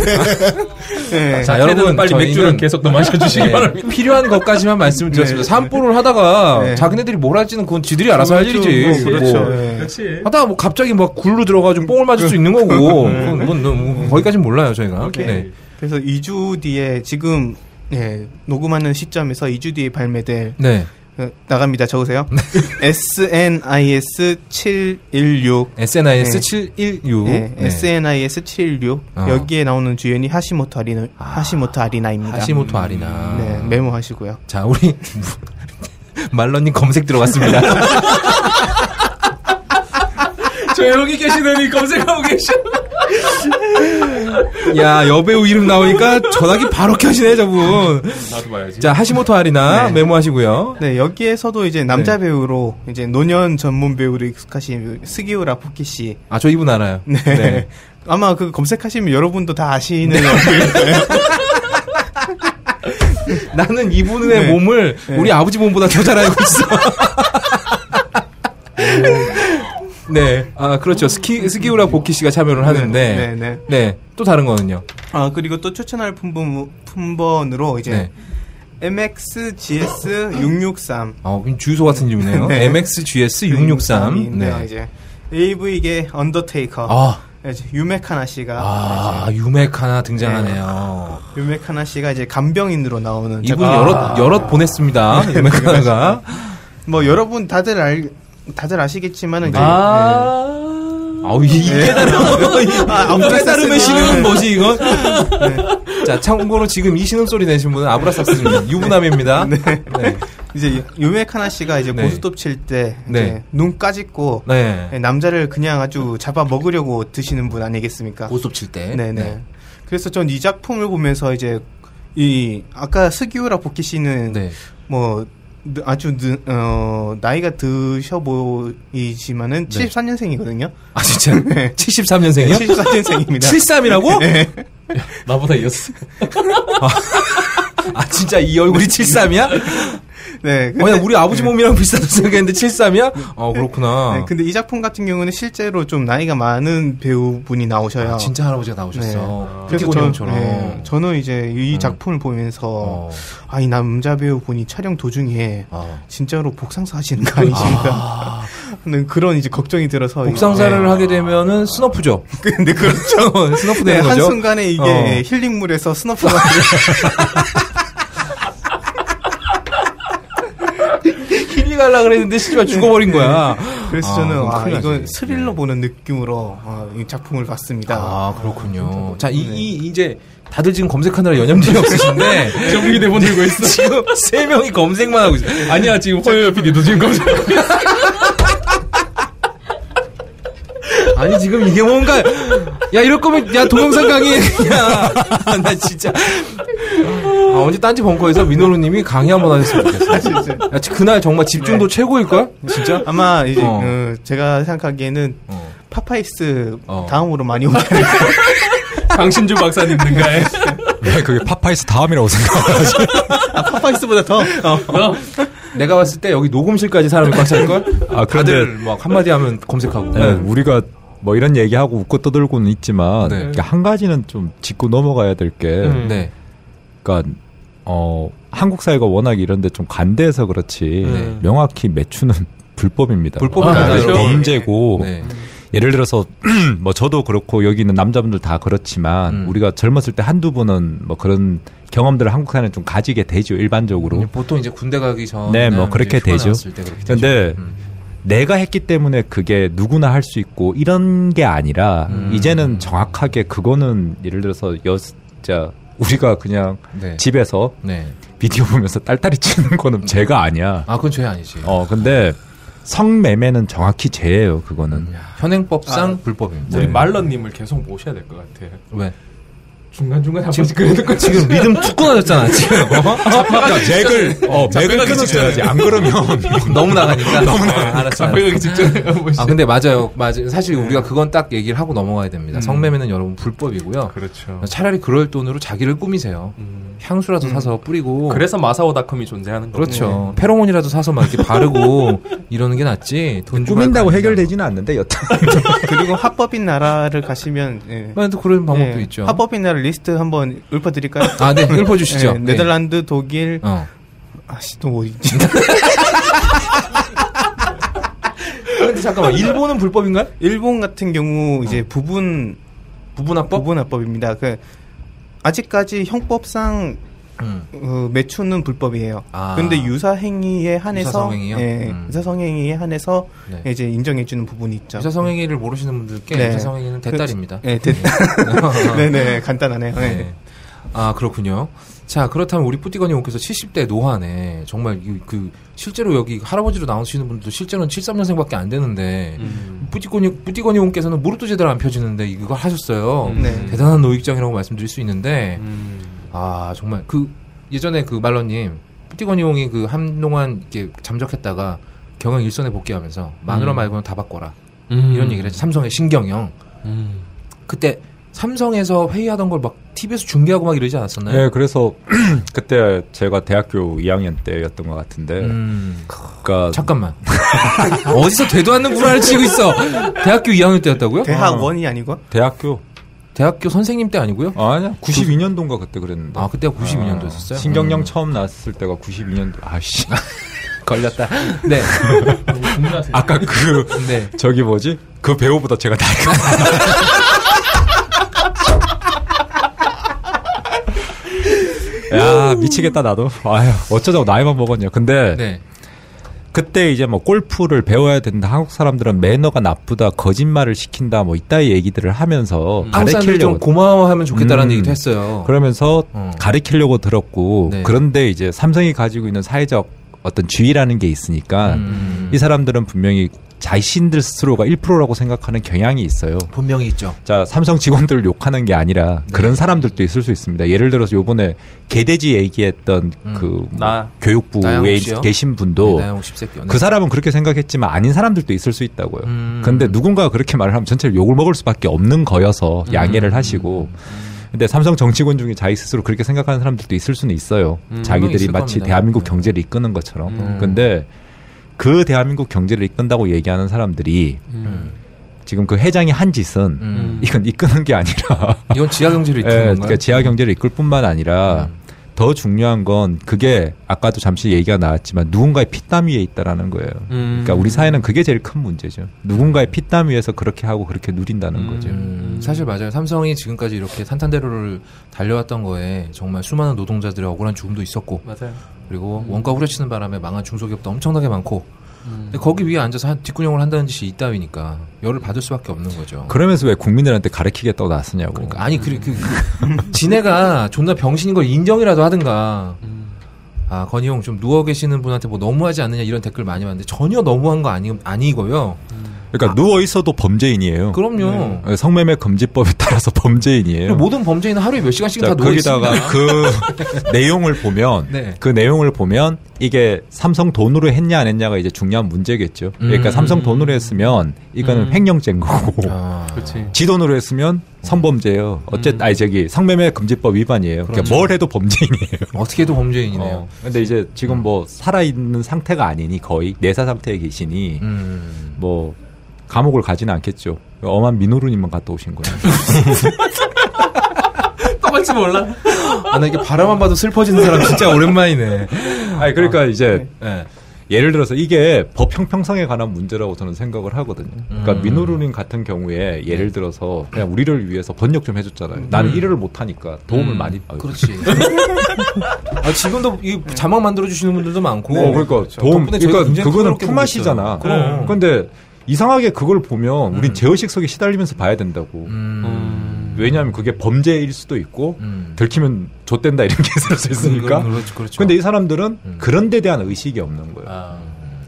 예. 자, 최대한 여러분 빨리 저희는- 맥주를 계속 더 마셔주시기 네, 바랍니다. 필요한 것까지만 말씀을 드렸습니다. 네. 산보를 하다가 네. 자기네들이 뭘 할지는 그건 지들이 알아서 할 그렇죠. 일이지. 뭐, 그렇죠. 네. 뭐. 예. 그렇지. 하다가 뭐 갑자기 막 굴로 들어가지고 뽕을 맞을 수 있는 거고. 네. 그건 뭐, 뭐, 뭐, 거기까지는 몰라요, 저희가. 오케이. 네. 그래서 2주 뒤에 지금 예, 녹음하는 시점에서 2주 뒤에 발매될 네. 어, 나갑니다. 적으세요. SNIS 716 SNIS 네. 716. 예, SNIS 716 네. 어. 여기에 나오는 주연이 하시모토 아리나 하시모토 아리나입니다. 하시모토 아리나. 네, 메모하시고요. 자, 우리 말러님 검색 들어갔습니다. 조용히 계시더니 검색하고 계셔. 야, 여배우 이름 나오니까 전화기 바로 켜시네, 저분. 나도 봐야지. 자, 하시모토 아리나 네. 메모하시고요. 네, 여기에서도 이제 남자 배우로 이제 노년 전문 배우로 익숙하신 스기우라 포키 씨. 아, 저 이분 알아요. 네. 아마 그 검색하시면 여러분도 다 아시는 네. 얼굴. 나는 이분의 네. 몸을 네. 우리 아버지 몸보다 더 잘 알고 있어. 네, 아 그렇죠. 스키 스키우라 보키 씨가 참여를 하는데, 네, 네, 네. 또 다른 거는요. 아, 그리고 또 추천할 품번, 품번으로 이제 네, MXGS663. 아 그럼 주유소 같은 이름이네요. 네. MXGS 663. 인데요, 네. 이제 AV계 언더테이커. 아, 이제 유메카나 씨가 아 유맥 하나 등장하네요. 이제 유메카나 씨가 이제 간병인으로 나오는 이분 작품. 여럿 여럿 보냈습니다. 유맥 하나가. 뭐 여러분 다들 알 다들 아시겠지만은 아우 이 깨달음, 예. 이 깨달음의 신음은 뭐지 이건? 자 참고로 지금 이 신음 소리 내신 분은 아브라삭스입니다. 유부남입니다. 네. 네. 이제 유메카나 씨가 이제 네. 고스톱 칠 때 네. 눈 까짓고 네, 남자를 그냥 아주 잡아 먹으려고 드시는 분 아니겠습니까? 고스톱 칠 때. 네네. 그래서 전 이 작품을 보면서 이제 이 아까 스기우라 보키 씨는 네. 뭐 느- 아주 느- 어, 나이가 드셔 네. 보이지만은 73년생이거든요. 네. 아 진짜. 73년생이요? 74년생입니다. 73이라고? 나보다 이었어. 아 진짜 이 얼굴이 73이야? 네. 근데, 아니 우리 아버지 몸이랑 비슷하다고 생각했는데 73이야? 아 그렇구나. 네, 근데 이 작품 같은 경우는 실제로 좀 나이가 많은 배우분이 나오셔요. 아, 진짜 할아버지가 네. 나오셨어. 그래서 는 저는, 처럼 음. 네, 저는 이제 이 작품을 보면서 어. 아 이 남자 배우분이 촬영 도중에 아. 진짜로 복상사 하시는 거 아니신가 하는 그런 이제 걱정이 들어서 복상사를 하게 되면은 스너프죠. 근데 그렇죠 어, 스너프 네, 되는 거죠. 한순간에 이게 어. 힐링물에서 스너프가 힐링 하려고 그랬는데 씨발 죽어버린 거야. 그래서 아, 저는 그럼 아 큰일 이건 나지. 스릴러 보는 느낌으로 아, 이 작품을 봤습니다 아, 어, 그렇군요. 자, 이, 이, 이제, 다들 지금 검색하느라 연염증이 없으신데, 정리 대본 들고 있어. 지금 세 명이 검색만 하고 있어요. 아니야 지금 허효 PD도 지금 검색. 아니, 지금 이게 뭔가, 야, 이럴 거면, 야, 동영상 강의, 야, 나 진짜. 아, 언제 딴지 벙커에서 민호루 님이 강의 한 번 하셨으면 좋겠어. 야, 지- 그날 정말 집중도 네. 최고일걸? 진짜? 아마 이제 어. 어, 제가 생각하기에는 어. 파파이스 어. 다음으로 많이 오게 될 거예요. 강신주 박사님 등가에. 네, 왜 그게 파파이스 다음이라고 생각하지? 아, 파파이스보다 더 어. 어. 내가 봤을 때 여기 녹음실까지 사람이 꽉 찰걸? 아, 그런데- 다들 막 한마디 하면 검색하고. 네, 우리가 뭐 이런 얘기하고 웃고 떠들고는 있지만 네. 그러니까 한 가지는 좀 짚고 넘어가야 될 게 음. 네. 그러니까 어 한국 사회가 워낙 이런데 좀 관대해서 그렇지 네. 명확히 매춘은 불법입니다. 불법입니다. 아, 그렇죠. 범죄고 네. 예를 들어서 뭐 저도 그렇고 여기 있는 남자분들 다 그렇지만 음. 우리가 젊었을 때 한두 번은 뭐 그런 경험들을 한국 사회는 좀 가지게 되죠 일반적으로. 보통 이제 군대 가기 전. 네, 뭐 그렇게 되죠. 근데 음. 내가 했기 때문에 그게 누구나 할 수 있고 이런 게 아니라 음. 이제는 정확하게 그거는 예를 들어서 여 진짜 우리가 그냥 네. 집에서 네. 비디오 보면서 딸딸이 치는 거는 죄가 아니야. 아, 그건 죄 아니지. 어 근데 성매매는 정확히 죄예요 음. 그거는. 현행법상 불법입니다. 네. 우리 말러님을 계속 모셔야 될 것 같아. 왜? 중간중간 한 번씩 그래도 끝. 지금 리듬 툭 끊어졌잖아 지금. 그러니까 맥을 어 맥을 끊어줘야지. 안 그러면 너무 나가니까. 너무 나가. 알았어. 알았어. 잡혀가기 직전에 한 번씩. 아 근데 맞아요, 맞아요. 사실 우리가 그건 딱 얘기를 하고 넘어가야 됩니다. 성매매는 여러분 불법이고요. 그렇죠. 차라리 그럴 돈으로 자기를 꾸미세요. 음. 향수라도 사서 뿌리고. 그래서 마사오닷컴이 존재하는 거죠. 그렇죠. 네. 페로몬이라도 사서 막 이렇게 바르고 이러는 게 낫지. 돈 주고 꾸민다고 할 거 아니냐. 해결되지는 않는데 여튼 그리고 합법인 나라를 가시면 예. 아, 또 그런 방법도 네. 예, 있죠. 합법인 나라 리스트 한번 읊어드릴까요? 아, 네, 읊어주시죠. 예, 네덜란드, 독일, 어. 아씨 또 뭐 있지? 근데 잠깐만, 일본은 불법인가요? 일본 같은 경우 이제 부분 어. 부분합법? 부분 합법입니다. 그 아직까지 형법상 음. 어, 매춘은 불법이에요. 아. 근데 유사 행위에 한해서 유사 성행위요? 예, 음. 유사 성행위에 한해서 네. 이제 인정해 주는 부분이 있죠. 유사 성행위를 모르시는 분들께 네. 유사 성행위는 대딸입니다. 그- 네, 대- 네네 간단하네요. 네. 네. 아 그렇군요. 자 그렇다면 우리 뿌띠건이 오께서 70대 노화네 정말 이- 그 실제로 여기 할아버지로 나오시는 분들도 실제로는 73년생밖에 안 되는데 음. 뿌띠건이 뿌띠건이 오께서는 무릎도 제대로 안 펴지는데 이걸 하셨어요. 음. 네. 대단한 노익장이라고 말씀드릴 수 있는데 음. 아 정말 그 예전에 그 말러님 뿌띠건이 형이 그 한동안 이렇게 잠적했다가 경영 일선에 복귀하면서 마누라 음. 말고는 다 바꿔라 음. 이런 얘기를 했죠. 삼성의 신경영 음. 그때 삼성에서 회의하던 걸 막 TV에서 중계하고 막 이러지 않았었나요? 네, 그래서 그때 제가 대학교 2학년 때였던 것 같은데, 음, 그러니까 잠깐만. 어디서 되도 않는 구라를 치고 있어. 대학교 2학년 때였다고요? 대학원이 아니고 대학교 대학교 선생님 때 아니고요? 아, 아니야 92년도인가 그때 그랬는데. 아, 그때가 92년도였었어요? 신경영 음. 처음 나왔을 때가 92년도. 아씨, 걸렸다. 네. 궁금하세요? 아까 그 네. 저기 뭐지? 그 배우보다 제가 나이가 많아. 야 미치겠다 나도 아유 어쩌자고 나이만 먹었냐 근데 네. 그때 이제 뭐 골프를 배워야 된다 한국 사람들은 매너가 나쁘다 거짓말을 시킨다 뭐 이따위 얘기들을 하면서 음. 한국 사람들이 가르치려고 좀 고마워하면 좋겠다라는 음. 얘기도 했어요. 그러면서 어. 가르치려고 들었고 네. 그런데 이제 삼성이 가지고 있는 사회적 어떤 주의라는 게 있으니까 음. 이 사람들은 분명히 자신들 스스로가 1%라고 생각하는 경향이 있어요. 분명히 있죠. 자, 삼성 직원들을 욕하는 게 아니라 네. 그런 사람들도 있을 수 있습니다. 예를 들어서 요번에 개돼지 얘기했던 음. 그뭐 나. 교육부에 나영욱 씨요? 계신 분도 네, 나영 십새끼요. 네. 그 사람은 그렇게 생각했지만 아닌 사람들도 있을 수 있다고요. 음. 근데 누군가가 그렇게 말을 하면 전체를 욕을 먹을 수밖에 없는 거여서 음. 양해를 하시고. 근데 삼성 정치권 중에 자기 스스로 그렇게 생각하는 사람들도 있을 수는 있어요. 음, 분명히 자기들이 있을 마치 겁니다. 음. 대한민국 경제를 이끄는 것처럼. 음. 근데 그 대한민국 경제를 이끈다고 얘기하는 사람들이 음. 지금 그 회장이 한 짓은 음. 이건 이끄는 게 아니라 이건 지하경제로 예, 이끄는 건가요? 음. 그러니까 지하 경제를 이끌 뿐만 아니라 더 중요한 건 그게 아까도 잠시 얘기가 나왔지만 누군가의 피땀 위에 있다라는 거예요. 음. 그러니까 우리 사회는 그게 제일 큰 문제죠. 누군가의 피땀 위에서 그렇게 하고 그렇게 누린다는 음. 거죠. 음, 사실 맞아요. 삼성이 지금까지 이렇게 산탄대로를 달려왔던 거에 정말 수많은 노동자들의 억울한 죽음도 있었고 맞아요. 그리고 원가 후려치는 바람에 망한 중소기업도 엄청나게 많고 음. 근데 거기 위에 앉아서 한- 뒷구녕을 한다는 짓이 이따위니까 열을 받을 수밖에 없는 거죠. 그러면서 왜 국민들한테 가르치겠다고 나왔느냐고. 그러니까 아니 그, 그, 그 지네가 존나 병신인 걸 인정이라도 하든가 음. 아 건희용 좀 누워 계시는 분한테 뭐 너무하지 않느냐 이런 댓글 많이 봤는데 전혀 너무한 거 아니 아니고요. 그러니까 누워 있어도 범죄인이에요. 그럼요. 예, 성매매 금지법에 따라서 범죄인이에요. 모든 범죄인은 하루에 몇 시간씩 자, 다 누워 있습니다. 거기다가 그 내용을 보면 네. 그 내용을 보면 이게 삼성 돈으로 했냐 안 했냐가 이제 중요한 문제겠죠. 음. 그러니까 삼성 돈으로 했으면 이거는 음. 횡령죄인 거고. 아, 그렇지. 지 돈으로 했으면 성범죄예요. 어쨌든 아니 저기 성매매 금지법 위반이에요. 그러니까 음. 그렇죠. 뭘 해도 범죄인이에요. 어떻게 해도 범죄인이네요. 어. 근데 이제 지금 뭐 살아 있는 상태가 아니니 거의 내사 상태에 계시니 음. 뭐 감옥을 가지는 않겠죠. 엄한 민호루님만 갔다 오신 거예요. 똑같이 몰라. 아, 나 이게 바라만 봐도 슬퍼지는 사람 진짜 오랜만이네. 아니 그러니까 이제 예. 예를 들어서 이게 법 형평성에 관한 문제라고 저는 생각을 하거든요. 그러니까 음. 네. 민호루님 같은 경우에 예를 들어서 그냥 우리를 위해서 번역 좀 해줬잖아요. 나는 일을 못하니까 도움을 음, 많이. 아유, 그렇지. 아, 지금도 이 자막 만들어주시는 분들도 많고. 어, 그러니까 도움. 네. 그렇죠. 덕분에 저희가 그러니까 굉장히 그거는 풍요롭게 품앗이잖아. 보고 있어요. 그럼. 근데 이상하게 그걸 보면 우린 제어식 속에 시달리면서 봐야 된다고. 음. 왜냐하면 그게 범죄일 수도 있고 음. 들키면 좆된다 이런 게 있을 수 있으니까. 그럼 그렇죠, 그렇죠. 근데 이 사람들은 음. 그런 데 대한 의식이 없는 거예요. 아,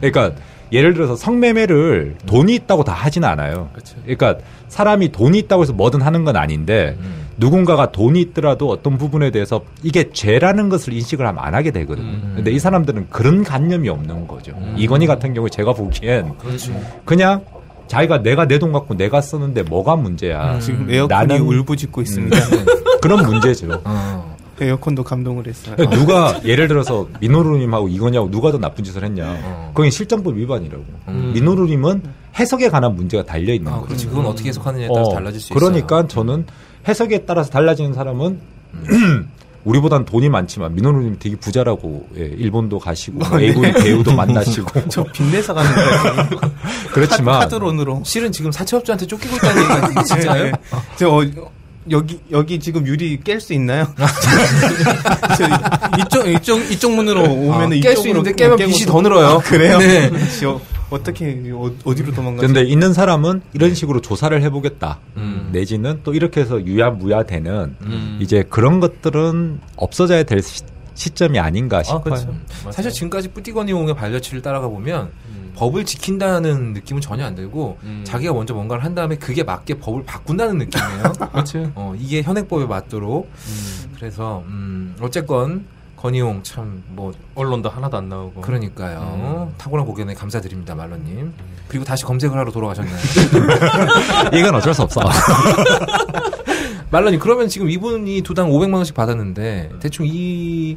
그러니까 예를 들어서 성매매를 돈이 있다고 다 하진 않아요. 그렇죠. 그러니까 사람이 돈이 있다고 해서 뭐든 하는 건 아닌데 음. 누군가가 돈이 있더라도 어떤 부분에 대해서 이게 죄라는 것을 인식을 하면 안 하게 되거든요. 근데 이 사람들은 그런 관념이 없는 거죠. 이건희 같은 경우에 제가 보기엔 그냥 자기가 내가 내 돈 갖고 내가 썼는데 뭐가 문제야. 음. 지금 에어컨이 울부짖고 있습니다. 음, 그런 문제죠. 에어컨도 감동을 했어요. 누가 예를 들어서 민호루님하고 이거냐고 누가 더 나쁜 짓을 음. 했냐. 그건 실정법 위반이라고. 민호루님은 해석에 관한 문제가 달려 있는 거죠. 아, 그렇지. 그건 어떻게 해석하느냐에 따라서 달라질 수 그러니까 저는 해석에 따라서 달라지는 사람은 우리보단 돈이 많지만 민호루님 되게 부자라고 예, 일본도 가시고 뭐, 어, 네. 외국인 배우도 만나시고 저 빚내서 가는 거예요. 그렇지만 카드- 카드론으로. 실은 지금 사채업자한테 쫓기고 있다는 얘기 아니에요? 진짜요? 네. 저 어, 여기 여기 지금 유리 깰 수 있나요? 아, 저 이쪽 이쪽 이쪽 문으로 아, 오면은 깰수 이쪽으로 있는데 깨면 깨고 빛이 또- 더 늘어요. 아, 그래요? 네. 저 어떻게 어, 디로 도망가죠? 근데 있는 사람은 네. 이런 식으로 조사를 해보겠다. 내지는 또 이렇게 해서 유야무야되는 음. 이제 그런 것들은 없어져야 될 시, 점이 아닌가 그렇죠. 싶어요. 음, 사실 지금까지 뿌띠건이용의 발자취를 따라가 보면 음. 법을 지킨다는 느낌은 전혀 안 들고 자기가 먼저 뭔가를 한 다음에 그게 맞게 법을 바꾼다는 느낌이에요. 그렇지. 어, 이게 현행법에 맞도록 그래서 음, 어쨌건 건이용 참 뭐 언론도 하나도 안 나오고. 음. 그러니까요 탁월한 고견에 감사드립니다 말로님 그리고 다시 검색을 하러 돌아가셨네요. 이건 어쩔 수 없어. 말라니 그러면 지금 이분이 두 당 500만 원씩 받았는데 음. 대충 이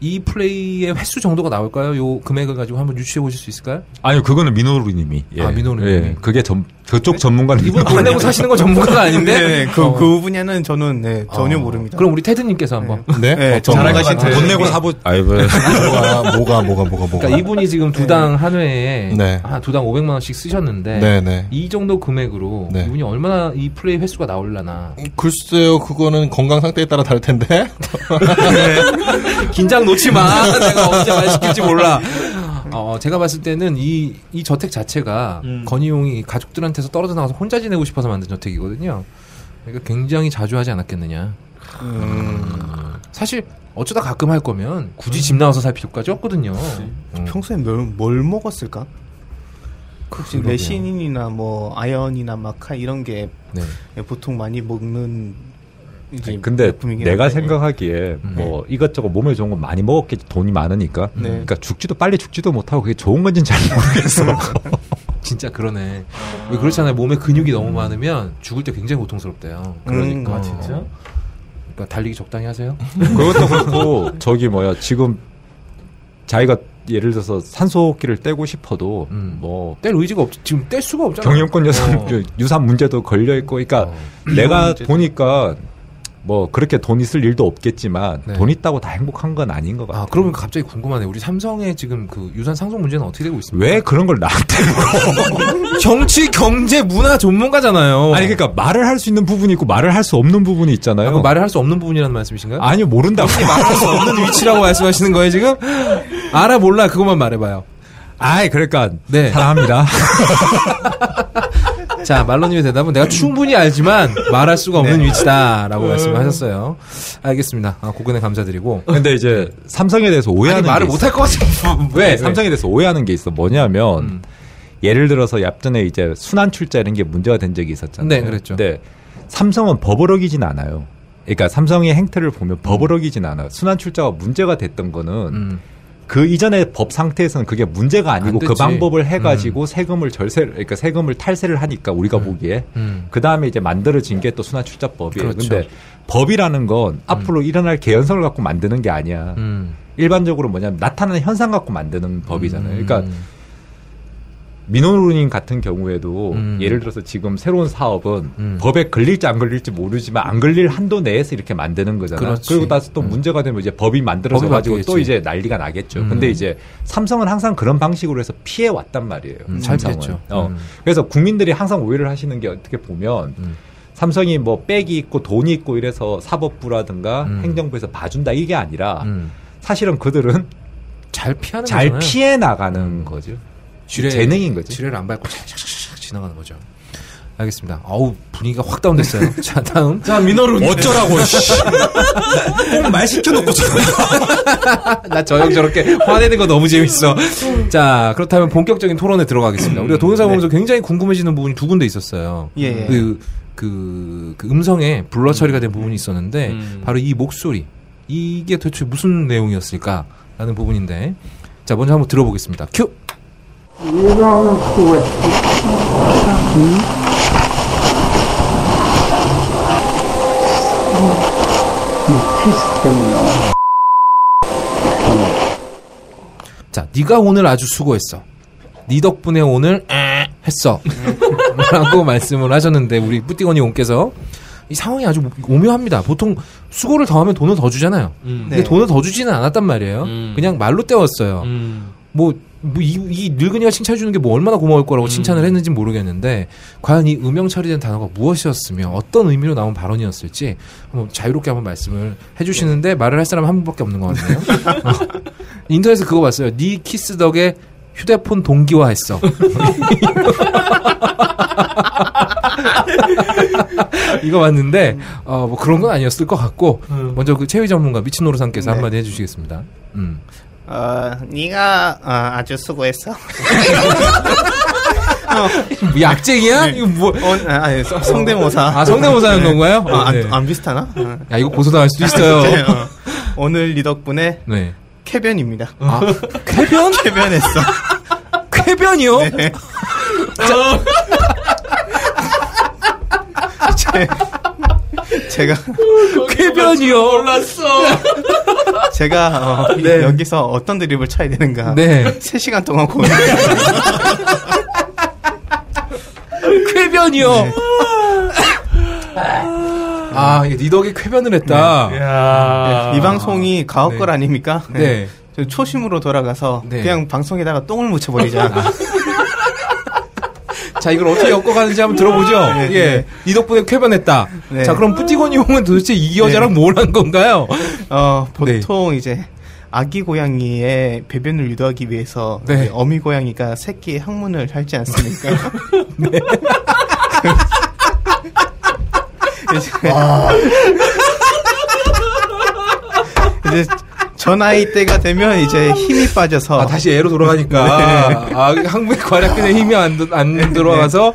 이 플레이의 횟수 정도가 나올까요? 요 금액을 가지고 한번 유추해 보실 수 있을까요? 아니요, 그거는 민호루님이. 예. 아, 민호루님이. 예, 그게 전- 그쪽 전문가는 이분 아, 네. 뭐 돈 내고 사시는 건 전문가가 아닌데. 네, 그, 어. 아, 그 분야는 저는 네, 전혀 모릅니다. 그럼 우리 테드님께서 한번. 네? 어떤 잘 거요? 나가신 돈 테드. 내고 사보. 아이 뭐. 왜? 뭐가 아, 뭐가 뭐가 뭐가 뭐가. 그러니까 이분이 지금 두 당 한 회에 네. 아, 두 당 500만 원씩 쓰셨는데 네, 네. 이 정도 금액으로 네. 이분이 얼마나 이 플레이 횟수가 나올라나. 글쎄요, 그거는 건강 상태에 따라 다를 텐데. 긴장 놓지 마. 내가 언제 말 시킬지 몰라. 어, 제가 봤을 때는 이, 이 저택 자체가 음. 건희용이 가족들한테서 떨어져 나가서 혼자 지내고 싶어서 만든 저택이거든요. 그러니까 굉장히 자주 하지 않았겠느냐. 음. 사실 어쩌다 가끔 할 거면 굳이 집 나와서 살 필요까지 없거든요. 음. 평소에 뭘, 뭘 먹었을까? 혹시 그러게요. 레신인이나 뭐 아연이나 마카 이런 게 네. 보통 많이 먹는 이제 근데 네. 제품이긴 내가 한데. 생각하기에 뭐 이것저것 몸에 좋은 건 많이 먹었겠지 돈이 많으니까 네. 그러니까 죽지도 빨리 죽지도 못하고 그게 좋은 건지는 잘 모르겠어 진짜 그러네. 왜 그렇잖아요. 몸에 근육이 너무 많으면 죽을 때 굉장히 고통스럽대요. 그러니까. 어. 그러니까 달리기 적당히 하세요. 그것도 그렇고 저기 뭐야 지금 자기가 예를 들어서 산소호흡기를 떼고 싶어도 음. 뭐 뗄 의지가 없 지금 뗄 수가 없잖아. 경영권 여산 어. 그 유산 문제도 걸려 있고, 그러니까 내가 보니까 뭐 그렇게 돈 있을 일도 없겠지만 네. 돈 있다고 다 행복한 건 아닌 것 같아. 아, 그러면 갑자기 궁금하네. 요 우리 삼성의 지금 그 유산 상속 문제는 어떻게 되고 있습니까? 왜 그런 걸 나한테? 정치, 음. 경제, 문화 전문가잖아요. 아니 아니, 그러니까 말을 할 수 있는 부분이 있고 말을 할 수 없는 부분이 있잖아요. 그 말을 할 수 없는 부분이라는 말씀이신가요? 아니요 모른다고. 말할 수 없는 위치라고 말씀하시는 거예요, 지금? 알아, 몰라. 그것만 말해봐요. 아이 그러니까 네. 사랑합니다. 자, 말로님의 대답은 내가 충분히 알지만 말할 수가 없는 위치다라고 네. 말씀하셨어요. 알겠습니다. 아, 고근에 감사드리고. 근데 이제 삼성에 대해서 오해하는 아니, 말을 게 있어. 못할 것 네. 같은데. 왜 삼성에 대해서 오해하는 게 있어 뭐냐면 음. 예를 들어서 얍전에 이제 순환 출자 이런 게 문제가 된 적이 있었잖아요. 네, 그랬죠. 근데 삼성은 버버럭이진 않아요. 그러니까 삼성의 행태를 보면 버버럭이진 않아요. 순환 출자가 문제가 됐던 거는 음. 그 이전의 법 상태에서는 그게 문제가 안 아니고 그 됐지. 음. 방법을 해가지고 세금을 절세, 그러니까 세금을 탈세를 하니까 우리가 보기에 음. 그 다음에 이제 만들어진 게 또 순환출자법이에요. 그렇죠. 근데 법이라는 건 앞으로 일어날 개연성을 갖고 만드는 게 아니야. 음. 일반적으로 뭐냐면 나타나는 현상 갖고 만드는 법이잖아요. 그러니까 음. 민원루님 같은 경우에도 음. 예를 들어서 지금 새로운 사업은 음. 법에 걸릴지 안 걸릴지 모르지만 안 걸릴 한도 내에서 이렇게 만드는 거잖아요. 그렇지. 음. 그리고 나서 또 문제가 되면 이제 법이 만들어져 법이 가지고 또 바뀌겠지. 이제 난리가 나겠죠. 음. 근데 이제 삼성은 항상 그런 방식으로 해서 피해 왔단 말이에요. 음, 잘 삼성은. 피했죠. 어. 음. 그래서 국민들이 항상 오해를 하시는 게 어떻게 보면 음. 삼성이 뭐 백이 있고 돈이 있고 이래서 사법부라든가 음. 행정부에서 봐준다 이게 아니라 음. 사실은 그들은 잘 피하는 잘 거잖아요. 음. 피해 나가는 거죠. 재능인 거죠. 지뢰를 안 밟고 착착착 지나가는 거죠. 알겠습니다. 아우 분위기가 확 다운됐어요. 자 다음. 자 민호루. 어쩌라고, 씨. 꼭말 시켜놓고 나 저형 저렇게 화내는 거 너무 재밌어. 자 네. 그렇다면 본격적인 토론에 들어가겠습니다. 우리가 동영상 보면서 굉장히 궁금해지는 부분이 두 군데 있었어요. 예, 예. 그 그, 그 음성에 불러 처리가 된 부분이 있었는데 음. 바로 이 목소리 이게 도대체 무슨 내용이었을까라는 부분인데 자 먼저 한번 들어보겠습니다. 큐. 자, 네가 오늘 아주 수고했어. 네 덕분에 오늘 에 했어. 라고 말씀을 하셨는데 우리 뿌띠건이 온께서 이 상황이 아주 오묘합니다. 보통 수고를 더하면 돈을 더 주잖아요. 근데 네. 돈을 더 주지는 않았단 말이에요. 그냥 말로 때웠어요. 뭐, 뭐 이, 이 늙은이가 칭찬해 주는 게 뭐 얼마나 고마울 거라고 칭찬을 했는지 모르겠는데 과연 이 음영 처리된 단어가 무엇이었으며 어떤 의미로 나온 발언이었을지 한번 자유롭게 한번 말씀을 해주시는데 말을 할 사람 한 분밖에 없는 것 같네요. 인터넷에 그거 봤어요. 네 키스 덕에 휴대폰 동기화했어. 이거 봤는데 어, 뭐 그런 건 아니었을 것 같고 먼저 그 체위 전문가 미친 노르상께서 음. 네. 한마디 해주시겠습니다. 음. 어, 네가 어, 아주 수고했어. 뭐 약쟁이야? 이거 뭐? 아, 아니, 성- 성대모사. 아, 성대모사는 건가요? 어, 안, 네. 안 비슷하나? 어. 야, 이거 고소당할 수도 아, 있어요. 진짜요? 어. 오늘 이 덕분에 네. 쾌변입니다. 아, 쾌변? 쾌변했어. 쾌변이요? 네. 어. 제, 가 쾌변이요? 몰랐어. 제가 어, 여기서 어떤 드립을 쳐야 되는가. 네. 3시간 동안 고민했어요. 쾌변이요. 네. 아, 이게 네 덕에 쾌변을 했다. 네, 이 방송이 가업걸 아닙니까? 아. 네. 저 초심으로 돌아가서 네. 아. 그냥 방송에다가 똥을 묻혀버리자. 자, 이걸 어떻게 엮어가는지 한번 들어보죠. 네, 예. 네. 이 덕분에 쾌변했다. 네. 자, 그럼 뿌띠곤이 형은 도대체 이 여자랑 뭘 한 건가요? 어, 보통 이제 아기 고양이의 배변을 유도하기 위해서 네. 이제 어미 고양이가 새끼의 항문을 핥지 않습니까? 네. 이제, 아. 이제 저 나이 때가 되면 이제 힘이 빠져서 아, 다시 애로 돌아가니까. 네. 아, 한국의 과략근에 힘이 안, 들- 안 들어와서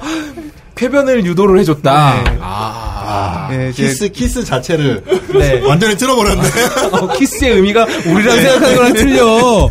쾌변을 유도를 해줬다. 아. 네, 이제- 키스 키스 자체를 네. 완전히 틀어버렸네. 어, 키스의 의미가 네. 우리랑 생각하는 거랑 틀려.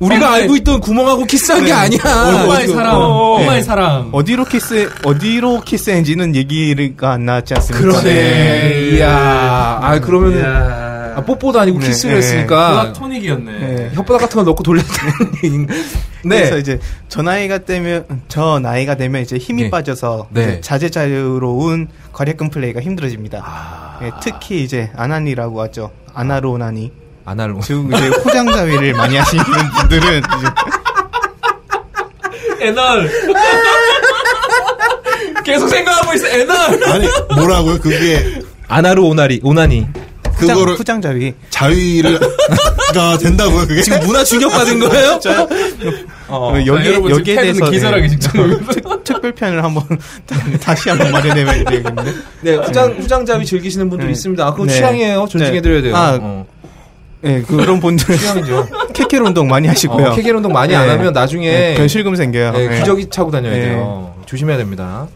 우리가 알고 있던 구멍하고 키스한 네. 게 아니야. 엄마의 사랑. 어, 엄마의 네. 사랑. 어디로 키스 어디로 키스했는지는 얘기가 안 나왔지 않습니까? 그렇죠. 그러네. 이야. 아, 그러면 이야. 아, 뽀뽀도 아니고 키스를 네. 했으니까 플라토닉이었네. 네. 혓바닥 같은 거 넣고 돌렸다는 얘기인가? 그래서 네. 이제 저 나이가 되면 저 나이가 되면 이제 힘이 네. 빠져서 네. 이제 자제자유로운 과략근 플레이가 힘들어집니다. 예, 특히 이제 아나니라고 하죠. 아나로나니. 아날로. 즉 이제 포장자위를 많이 하시는 분들은 이제 애널. 계속 생각하고 있어. 애널. 아니 뭐라고요? 그게 아나로 오나리, 오나니. 포장, 그거를 포장자위. 아, 자위를가 된다고요? 그게 지금 문화 충격받은 거예요? 어, 여기에, 여러분 지금 여기에 패드는 대해서 기절하기 네. 직전입니다. 특- 특별편을 한번 다시 한번 마련해봐야 되겠네. 네, 후장, 후장잡이 즐기시는 분들 네. 있습니다. 아, 그거 네. 취향이에요. 존중해드려야 돼요. 아, 어. 예, 그런 분들은 취향이죠. 케켈 운동 많이 하시고요. 어, 케겔 운동 많이 안 하면 나중에 네, 변실금 생겨요. 예. 네, 예. 기저귀 차고 다녀야 네. 돼요. 조심해야 됩니다.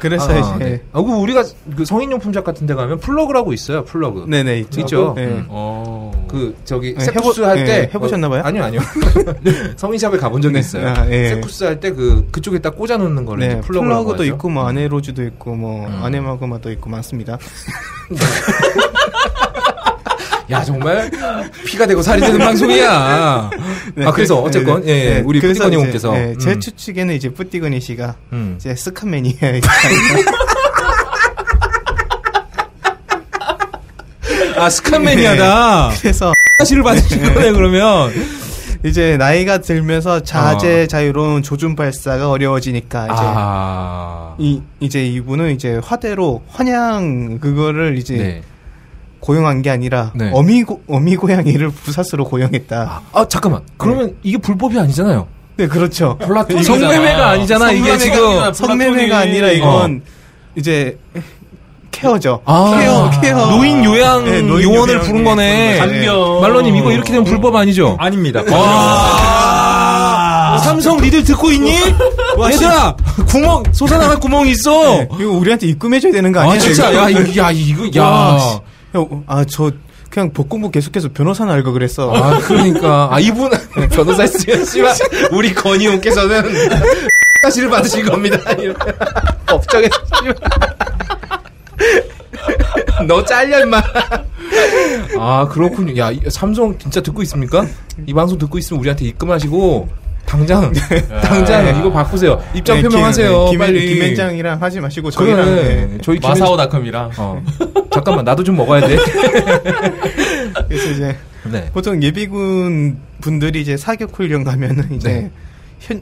그래서 아, 이제 네. 아, 그 우리가 그 성인용품샵 같은 데 가면 플러그라고 있어요. 플러그. 네네 있죠. 있죠. 예. 음. 그 저기 예, 세쿠스 해보- 할 예, 때 해보셨나 봐요? 어, 아니요 아니요 성인샵에 가본 적이 네, 있어요 아, 예. 세쿠스 할 때 그 그쪽에다 꽂아놓는 거를 네, 이제 플러그라고 하죠. 플러그도 음. 있고 뭐 아네로즈도 있고 뭐 아네마그마도 있고 많습니다. 야 정말 피가 되고 살이 되는 방송이야 네, 아 그래서 어쨌건 네, 예, 예, 네, 우리 그래서 뿌띠건이 이제, 형께서 네, 제 음. 추측에는 이제 뿌띠건이 씨가 음. 이제 스카맨이에요. 아 스칸매니아다 그래서 사실을 받으신 거네 그러면 이제 나이가 들면서 자제 자유로운 조준 발사가 어려워지니까 이제 아 이 이제 이분은 이제 화대로 환양 그거를 이제 네. 고용한 게 아니라 네. 어미 고, 어미 고양이를 부사수로 고용했다. 아 잠깐만 그러면 네. 이게 불법이 아니잖아요 네 그렇죠. 플라토닉. 성매매가 아니잖아, 이게 지금. 성매매가 아니라 이건 어. 이제 케어죠. 아. 케어, 케어. 노인 요양 네, 노인 요원을 요양 부른 거네 요양. 네. 어. 말로님 이거 이렇게 되면 불법 아니죠 아닙니다. 와. 어, 삼성 니들 듣고 있니? 얘들아 구멍 솟아나갈 구멍이 있어. 이거 우리한테 입금해줘야 되는 거 아, 아니야? 진짜? 이거? 야, 이거- 야, 이거- 야. 와, 씨. 형, 아, 저, 그냥 복공부 계속해서 변호사나 알고 그랬어. 아, 그러니까. 아, 이분, 변호사 씨가, 씨발, 우리 권희용께서는 사실을 받으신 겁니다. 법정에 너 잘려 임마. 아 그렇군요. 야 이- 삼성 진짜 듣고 있습니까? 이 방송 듣고 있으면 우리한테 입금하시고 당장 당장 이거 바꾸세요. 입장 표명하세요. 네, 김, 빨리. 김현장이랑 하지 마시고 저희랑. 네. 그래. 저희 김- 마사오닷컴이랑. 어. 잠깐만 나도 좀 먹어야 돼. 그래서 이제 네. 보통 예비군 분들이 이제 사격 훈련 가면은 이제 현그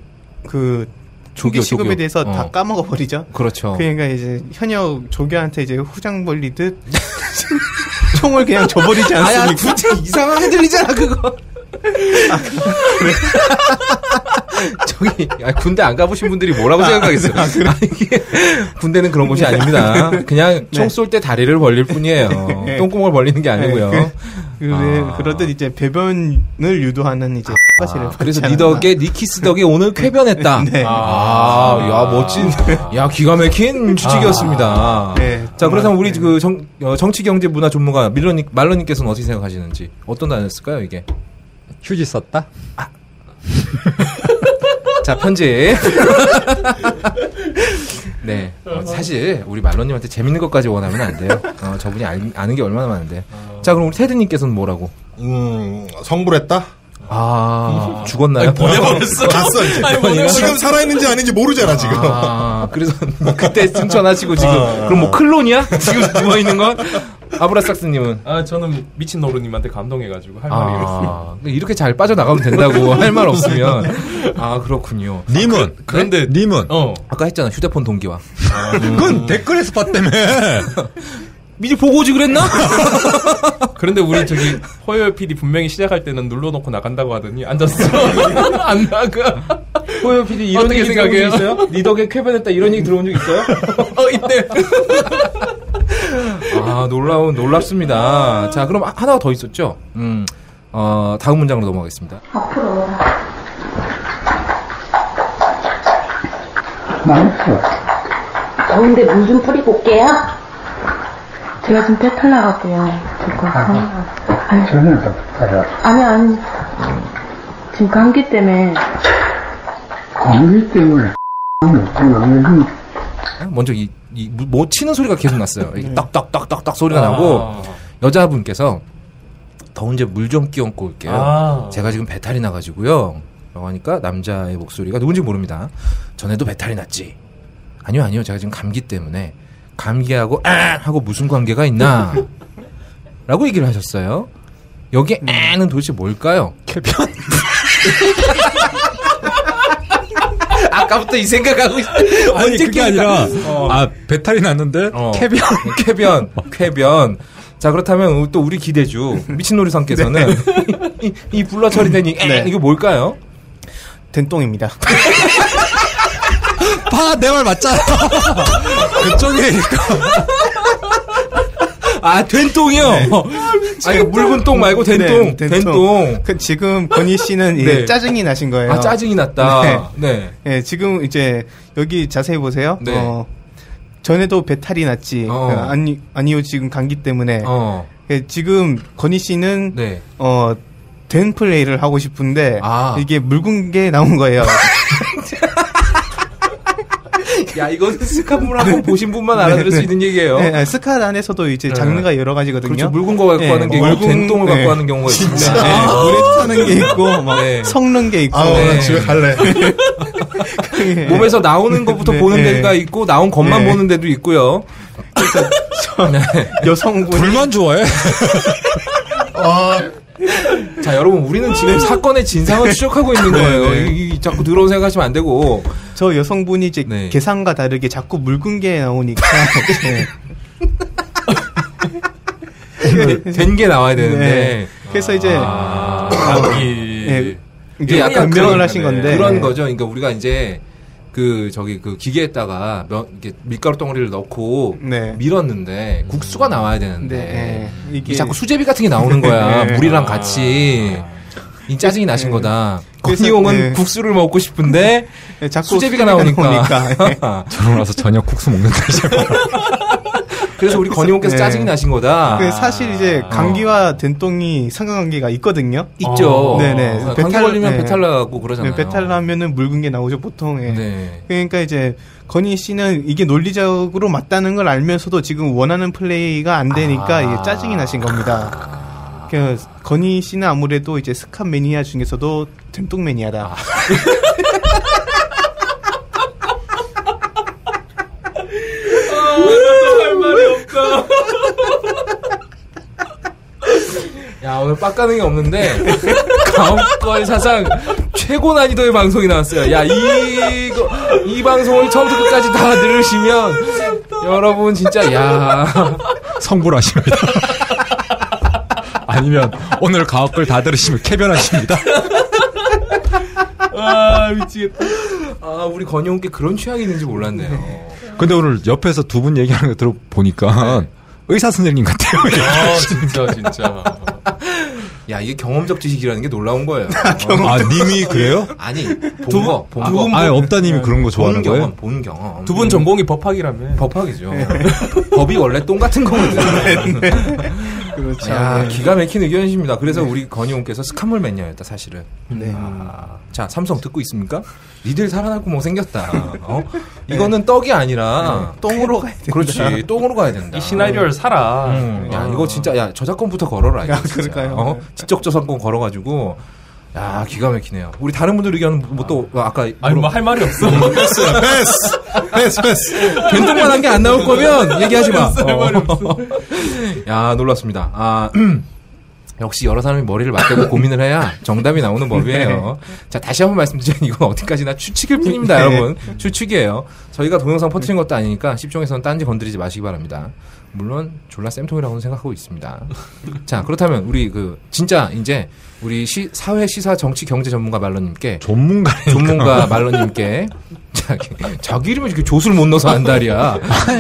네. 조교, 조기 시급에 조교. 대해서 다 어. 까먹어 버리죠. 그렇죠. 그러니까 이제 현역 조교한테 이제 후장 벌리듯 총을 그냥 줘버리지 않습니까? 아야 진짜 이상한 애들이잖아 그거. 아, 저기 아, 군대 안 가보신 분들이 뭐라고 생각하겠어요? 아, 이게 군대는 그런 곳이 아닙니다. 그냥 총 쏠 때 다리를 벌릴 뿐이에요. 네. 똥구멍을 벌리는 게 아니고요. 네, 그, 그래- 아. 그러듯 이제 배변을 유도하는 이제 사실을 아, 그래서 니 덕에 니키스 덕에 오늘 쾌변했다. 네. 아, 야 멋진, 야 기가 막힌 추측이었습니다. 네, 자 그렇다면 우리 그 아. 정, 어, 정치 경제 문화 전문가 밀러님 말러님께서는 어떻게 생각하시는지 어떤 단어였을까요 이게? 휴지 썼다. 자 편집. 네, 어, 사실 우리 말러님한테 재밌는 것까지 원하면 안 돼요. 어, 저분이 알- 아는 게 얼마나 많은데. 자 그럼 우리 테드님께서는 뭐라고? 음, 성불했다? 아 죽었나요? 보내버렸어. 갔어, 이제. 지금 살아있는지 아닌지 모르잖아, 지금. 아, 그래서 뭐 그때 승천하시고 지금 아. 그럼 뭐 클론이야? 지금 누워 있는 건 아브라삭스님은 아 저는 미친 노루님한테 감동해가지고 할 말이 없습니다. 아 이렇게 잘 빠져나가면 된다고 할 말 없으면 아 그렇군요. 님은 그런데 네? 님은 어 아까 했잖아 휴대폰 동기화. 그건 댓글에서 봤다며. 미리 보고 오지 그랬나? 그런데 우리 저기 허열 PD 분명히 시작할 때는 눌러놓고 나간다고 하더니 앉았어 안 나가. 호영 PD 이런 얘기 들어본 적 있어요? 니 덕에 쾌변했다 이런 얘기 들어본 적 있어요? 어 이때 아 놀라운 놀랍습니다. 자 그럼 하나 더 있었죠. 음. 어, 다음 문장으로 넘어가겠습니다. 앞으로 더운데 물 좀 뿌리고 올게요. 제가 지금 배탈 나갖고요. 지금 아니, 아, 저는 덕분에 아니 아니 지금 감기 때문에 공기 때문에 없으면 먼저 이, 이, 뭐 치는 소리가 계속 났어요. 이게 딱딱딱딱딱 소리가 아, 나고, 여자분께서, 더운 제 물 좀 끼얹고 올게요. 아. 제가 지금 배탈이 나가지고요. 라고 하니까 남자의 목소리가 누군지 모릅니다. 전에도 배탈이 났지. 아니요, 아니요. 제가 지금 감기 때문에, 감기하고, 아! 하고 무슨 관계가 있나. 라고 얘기를 하셨어요. 여기 네. 에는 도대체 뭘까요? 개편. 아까부터 이 생각하고 있 어. 아니 그게 아니라 아 배탈이 났는데 쾌변, 쾌변, 쾌변. 어. 자 그렇다면 또 우리 기대주 미친놀이상께서는 네. 이, 이 불러 처리된 이 네. 이거 뭘까요? 된똥입니다. 봐, 내 말 맞잖아. 그쪽에 아 된똥이요. 아 이거 묽은 똥 말고 된똥, 네, 된똥. 그 지금 권희 씨는 이 네. 짜증이 나신 거예요. 아 짜증이 났다. 네. 예, 지금 이제 여기 자세히 보세요. 네. 어, 전에도 배탈이 났지. 어. 어, 아니 아니요 지금 감기 때문에. 어. 예, 지금 건희 씨는 네. 어. 된 플레이를 하고 싶은데 아. 이게 묽은 게 나온 거예요. 야 이거는 스카물 한번 보신 분만 알아들을 수 있는 얘기예요. 네, 네, 스카드 안에서도 이제 장르가 여러 가지거든요. 그렇죠. 묽은 거 갖고 네, 하는 게 있고 묽은- 된똥을 네. 갖고 하는 경우가 있습니다. 네, 물에 타는 게 있고 막 네. 섞는 게 있고 아우, 나 네. 집에 갈래. 예. 몸에서 나오는 것부터 네, 보는 네. 데가 있고 나온 것만 네. 보는 데도 있고요. 네. 여성분 불만 좋아해. 자, 여러분, 우리는 지금 사건의 진상을 추적하고 있는 거예요. 네, 네. 이- 이- 자꾸 더러운 생각하시면 안 되고. 저 여성분이 이제 네. 계산과 다르게 자꾸 묽은 게 나오니까 네. 된 게 나와야 네. 되는데. 그래서 이제 아. 감기 예, 이게 이게 약간 약간 변명을 그런- 하신 건데 그런 예. 거죠. 그러니까 우리가 이제 그, 저기, 그 기계에다가 면, 이렇게 밀가루 덩어리를 넣고 네. 밀었는데 국수가 나와야 되는데. 네, 예. 이게 자꾸 수제비 같은 게 나오는 거야. 네. 물이랑 같이. 이 짜증이 나신 거다. 그래서, 권희용은 네. 국수를 먹고 싶은데 네, 자꾸 수제비가 수제비가 나오니까. 나오니까, 네. 저러고 나서 저녁 국수 먹는다. 그래서 우리 권희용께서 네. 짜증이 나신 거다. 그 사실 어. 이제 감기와 den똥이 상관관계가 있거든요. 있죠. 네네. 감기 걸리면 배탈 나고 그러잖아요. 네. 배탈 나면은 네, 묽은 게 나오죠 보통. 예. 그러니까 이제 건희 씨는 이게 논리적으로 맞다는 걸 알면서도 지금 원하는 플레이가 안 되니까 아. 이게 짜증이 나신 겁니다. 그 건희 씨는 아무래도 이제 스캅 매니아 중에서도 된똥 매니아다. 할 말이 없다. 야 오늘 빡가는 게 없는데 가옥걸 사상 최고 난이도의 방송이 나왔어요. 야 이거 이 방송을 처음부터 끝까지 다 들으시면 여러분 진짜 야 성불하십니다. 아니면 오늘 가옥글 다 들으시면 캐변하십니다. 아 미치겠다. 아 우리 건영께 그런 취향이 있는지 몰랐네요. 근데 오늘 옆에서 두 분 얘기하는 거 들어보니까 의사 선생님 네. 같아요. 아 진짜 진짜. 야 이게 경험적 지식이라는 게 놀라운 거예요. 어, 아, 님이 그래요? 아니 본거 아, 아예 없다님이 그런 거 좋아하는 본 거예요? 경험, 본 경험. 두 분 전공이 법학이라며. 법학이죠. 법이 원래 똥 같은 거거든요. 그렇죠. 야, 네. 기가 막힌 의견이십니다. 그래서 우리 건희홍께서 스칸물 매니아였다, 사실은. 네. 아, 자, 삼성 듣고 있습니까? 니들 살아날 구멍 생겼다. 어? 이거는 떡이 아니라 똥으로 가야 된다. 그렇지, 똥으로 가야 된다. 이 시나리오를 살아. 음, 야, 이거 진짜, 야, 저작권부터 걸어라. 이거 진짜. 그러니까요. 어? 지적저작권 걸어가지고. 야, 기가 막히네요. 우리 다른 분들 의견은 뭐 또, 아까. 아니 뭐 할 말이 없어. 음. 패스야, 패스! 패스, 패스! 변동만 한 게 안 나올 거면 얘기하지 마. 할 말이 없어. 어. 야, 놀랐습니다. 아, 역시 여러 사람이 머리를 맞대고 고민을 해야 정답이 나오는 법이에요. 네. 자, 다시 한번 말씀드리면 이건 어디까지나 추측일 뿐입니다, 네. 여러분. 추측이에요. 저희가 동영상 퍼트린 것도 아니니까 10종에서는 딴지 건드리지 마시기 바랍니다. 물론 졸라 쌤통이라고는 생각하고 있습니다. 자, 그렇다면 우리 그 진짜 이제 우리 시, 사회 시사 정치 경제 전문가 말러님께 전문가 전문가 말러님께 자기, 자기 이름에 이렇게 조술 못 넣어서 안달이야.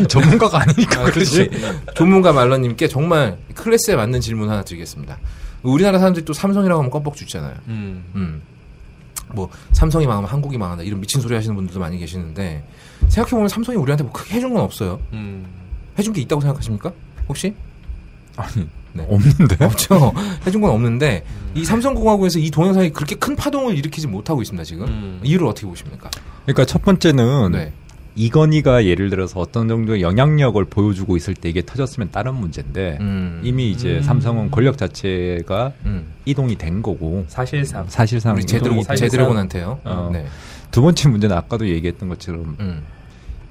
전문가가 아니니까 그렇지. 전문가 말러님께 정말 클래스에 맞는 질문 하나 드리겠습니다. 우리나라 사람들이 또 삼성이라고 하면 껌뻑 죽잖아요. 음. 음. 뭐 삼성이 망하면 한국이 망한다 이런 미친 소리 하시는 분들도 많이 계시는데 생각해 보면 삼성이 우리한테 뭐 크게 해준 건 없어요. 음. 해준 게 있다고 생각하십니까? 혹시? 아니 없는데 없죠. 해준 건 없는데 음. 이 삼성공화국에서 이 동영상이 그렇게 큰 파동을 일으키지 못하고 있습니다 지금. 음. 이유를 어떻게 보십니까? 그러니까 첫 번째는 네. 이건희가 예를 들어서 어떤 정도의 영향력을 보여주고 있을 때 이게 터졌으면 다른 문제인데 네. 이미 이제 음. 삼성은 권력 자체가 음. 이동이 된 거고 사실상. 음. 사실상 우리 제대로- 이동이- 제대로군한테요. 어. 네. 음. 두 번째 문제는 아까도 얘기했던 것처럼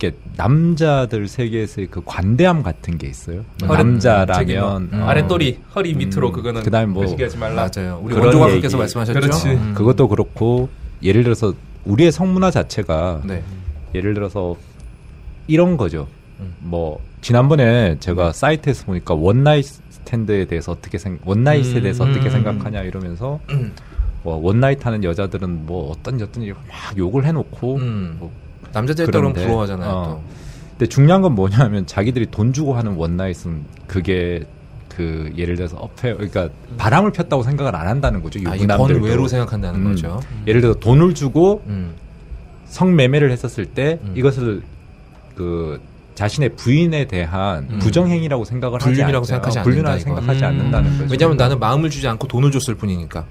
이렇게 남자들 세계에서의 그 관대함 같은 게 있어요. 허리- 저기 뭐, 남자라면 음. 어, 아랫도리 허리 밑으로 음, 그거는 그다음에 뭐 의식하지 말라. 맞아요. 그런 원조가께서 얘기. 말씀하셨죠? 그렇지. 음. 그것도 그렇고 예를 들어서 우리의 성문화 자체가 네. 예를 들어서 이런 거죠. 음. 뭐 지난번에 제가 사이트에서 보니까 원나잇 스탠드에 대해서 어떻게 생 원나잇에 음. 대해서 어떻게 음. 생각하냐 이러면서 음. 뭐 원나잇 하는 여자들은 뭐 어떤 여떤 이막 욕을 해놓고 음. 뭐 남자들 따로는 그런데, 부러워하잖아요, 어. 또. 근데 중요한 건 뭐냐면 자기들이 돈 주고 하는 원나잇은 그게 그 예를 들어서 어페 그러니까 바람을 폈다고 생각을 안 한다는 거죠. 아, 이 유부남들도. 번외로 생각한다는 음. 거죠. 예를 들어 서 돈을 주고 음. 성매매를 했었을 때 이것을 그 자신의 부인에 대한 부정행위라고 생각을 하지 음. 불륜이라고 않- 생각하지 어, 않는다. 불륜이라고 이거. 생각하지 음. 않는다는 거죠. 왜냐하면 나는 마음을 주지 않고 돈을 줬을 뿐이니까.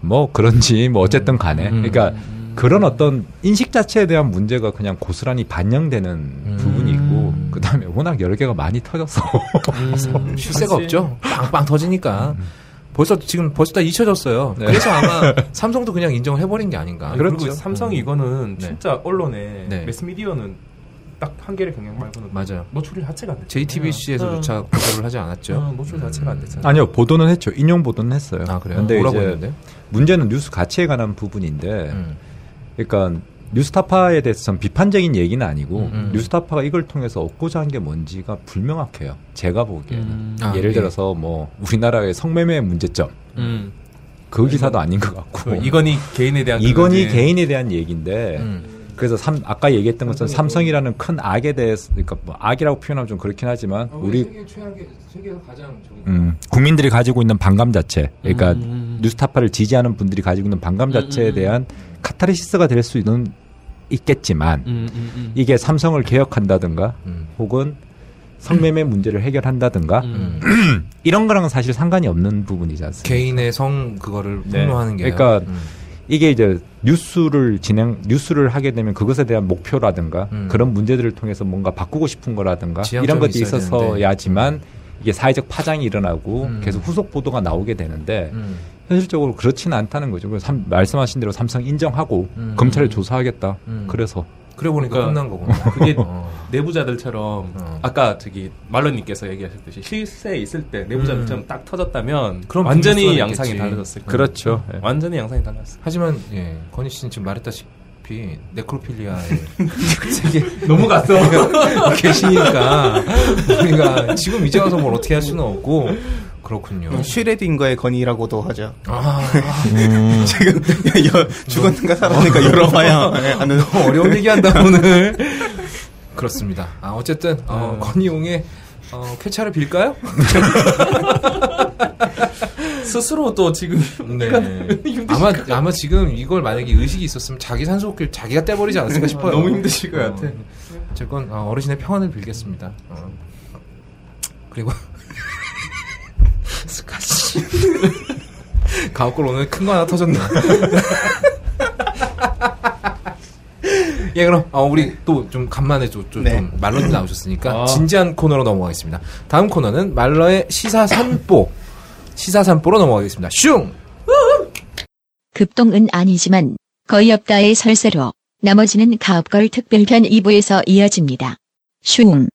뭐 그런지 뭐 음. 어쨌든 간에 그러니까 그런 어떤 인식 자체에 대한 문제가 그냥 고스란히 반영되는 음. 부분이 있고 그다음에 워낙 여러 개가 많이 터져서 쉴 새가 음. 없죠. 빵빵 터지니까. 벌써 지금 벌써 다 잊혀졌어요. 네. 그래서 아마 삼성도 그냥 인정을 해버린 게 아닌가. 그리고 삼성이 이거는 그렇죠. 네. 진짜 언론에 네. 매스미디어는 딱 한계를 경영 말고는 맞아요. 노출 자체가 안 됐죠. JTBC에서조차 보도를 하지 않았죠. 어, 노출 자체가 안 됐잖아요. 아니요 보도는 했죠 인용 보도는 했어요. 아, 그래요? 그러니까. 근데 뭐라고 이제 음. 했는데? 네. 음. 문제는 뉴스 가치에 관한 부분인데, 그러니까 뉴스타파에 대해서 전 비판적인 얘기는 아니고 음. 뉴스타파가 이걸 통해서 얻고자 한 게 뭔지가 불명확해요. 제가 보기에는 아, 예를 예. 들어서 뭐 우리나라의 성매매 문제점 음. 그 기사도 아닌 것 같고 그 이건희 개인에 대한 이건희 그거지. 개인에 대한 얘기인데 음. 그래서 삼- 아까 얘기했던 것처럼 삼성이라는 큰 악에 대해서 그러니까 뭐 악이라고 표현하면 좀 그렇긴 하지만 우리 세계 최악의 세계에서 가장 좀 음, 국민들이 가지고 있는 반감 자체, 그러니까 뉴스타파를 지지하는 분들이 가지고 있는 반감 자체에 대한 카타르시스가 될 수 있는 있겠지만 음, 음, 음. 이게 삼성을 개혁한다든가 혹은 성매매 문제를 해결한다든가 이런 거랑은 사실 상관이 없는 부분이지 음. 않습니까? 개인의 성 그거를 네. 폭로하는 게 음. 그러니까 이게 이제 뉴스를 진행 뉴스를 하게 되면 그것에 대한 목표라든가 음. 그런 문제들을 통해서 뭔가 바꾸고 싶은 거라든가 이런 지향점이 것들이 있어야 있어서야지만 이게 사회적 파장이 일어나고 음. 계속 후속 보도가 나오게 되는데 현실적으로 그렇지는 않다는 거죠. 그래서 삼- 말씀하신 대로 삼성 인정하고 음. 검찰에 조사하겠다. 음. 그래서 그래 보니까 그러니까 끝난 거구나. 그게 어. 내부자들처럼 아까 저기 말론님께서 얘기하셨듯이 실세에 있을 때 내부자들처럼 딱 터졌다면 음. 그럼 완전히 분리수거가 양상이 됐겠지. 달라졌을 거예요. 그렇죠. 네. 완전히 양상이 달라졌어요. 하지만 예, 건희 씨는 지금 말했다시피 네크로필리아의 세계 너무 갔어. 계시니까 우리가 지금 이제 와서 뭘 어떻게 할 수는 없고 그렇군요. 슈레딩거의 건이라고도 하죠. 아. 음. 지금 여- 죽었는가 살았는가 열어봐야 하는 너무 어려운 얘기한다 오늘. 그렇습니다. 아 어쨌든 어, 건희용의 어, 쾌차를 빌까요? 스스로 또 지금 네. 아마 아마 지금 이걸 만약에 의식이 있었으면 자기 산소호흡기를 자기가 떼버리지 않았을까 싶어요. 너무 힘드실 것 어, 같아. 어쨌건 어, 어르신의 평안을 빌겠습니다. 어. 그리고 스카시 가옥골 오늘 큰 거 하나 터졌네. 예 그럼 어, 우리 또 좀 간만에 좀, 좀, 네. 좀 말러님 나오셨으니까 아. 진지한 코너로 넘어가겠습니다. 다음 코너는 말러의 시사 산보 시사 산보로 넘어가겠습니다. 슝 급동은 아니지만 거의 없다의 설세로 나머지는 가업걸 특별편 2부에서 이어집니다. 슝.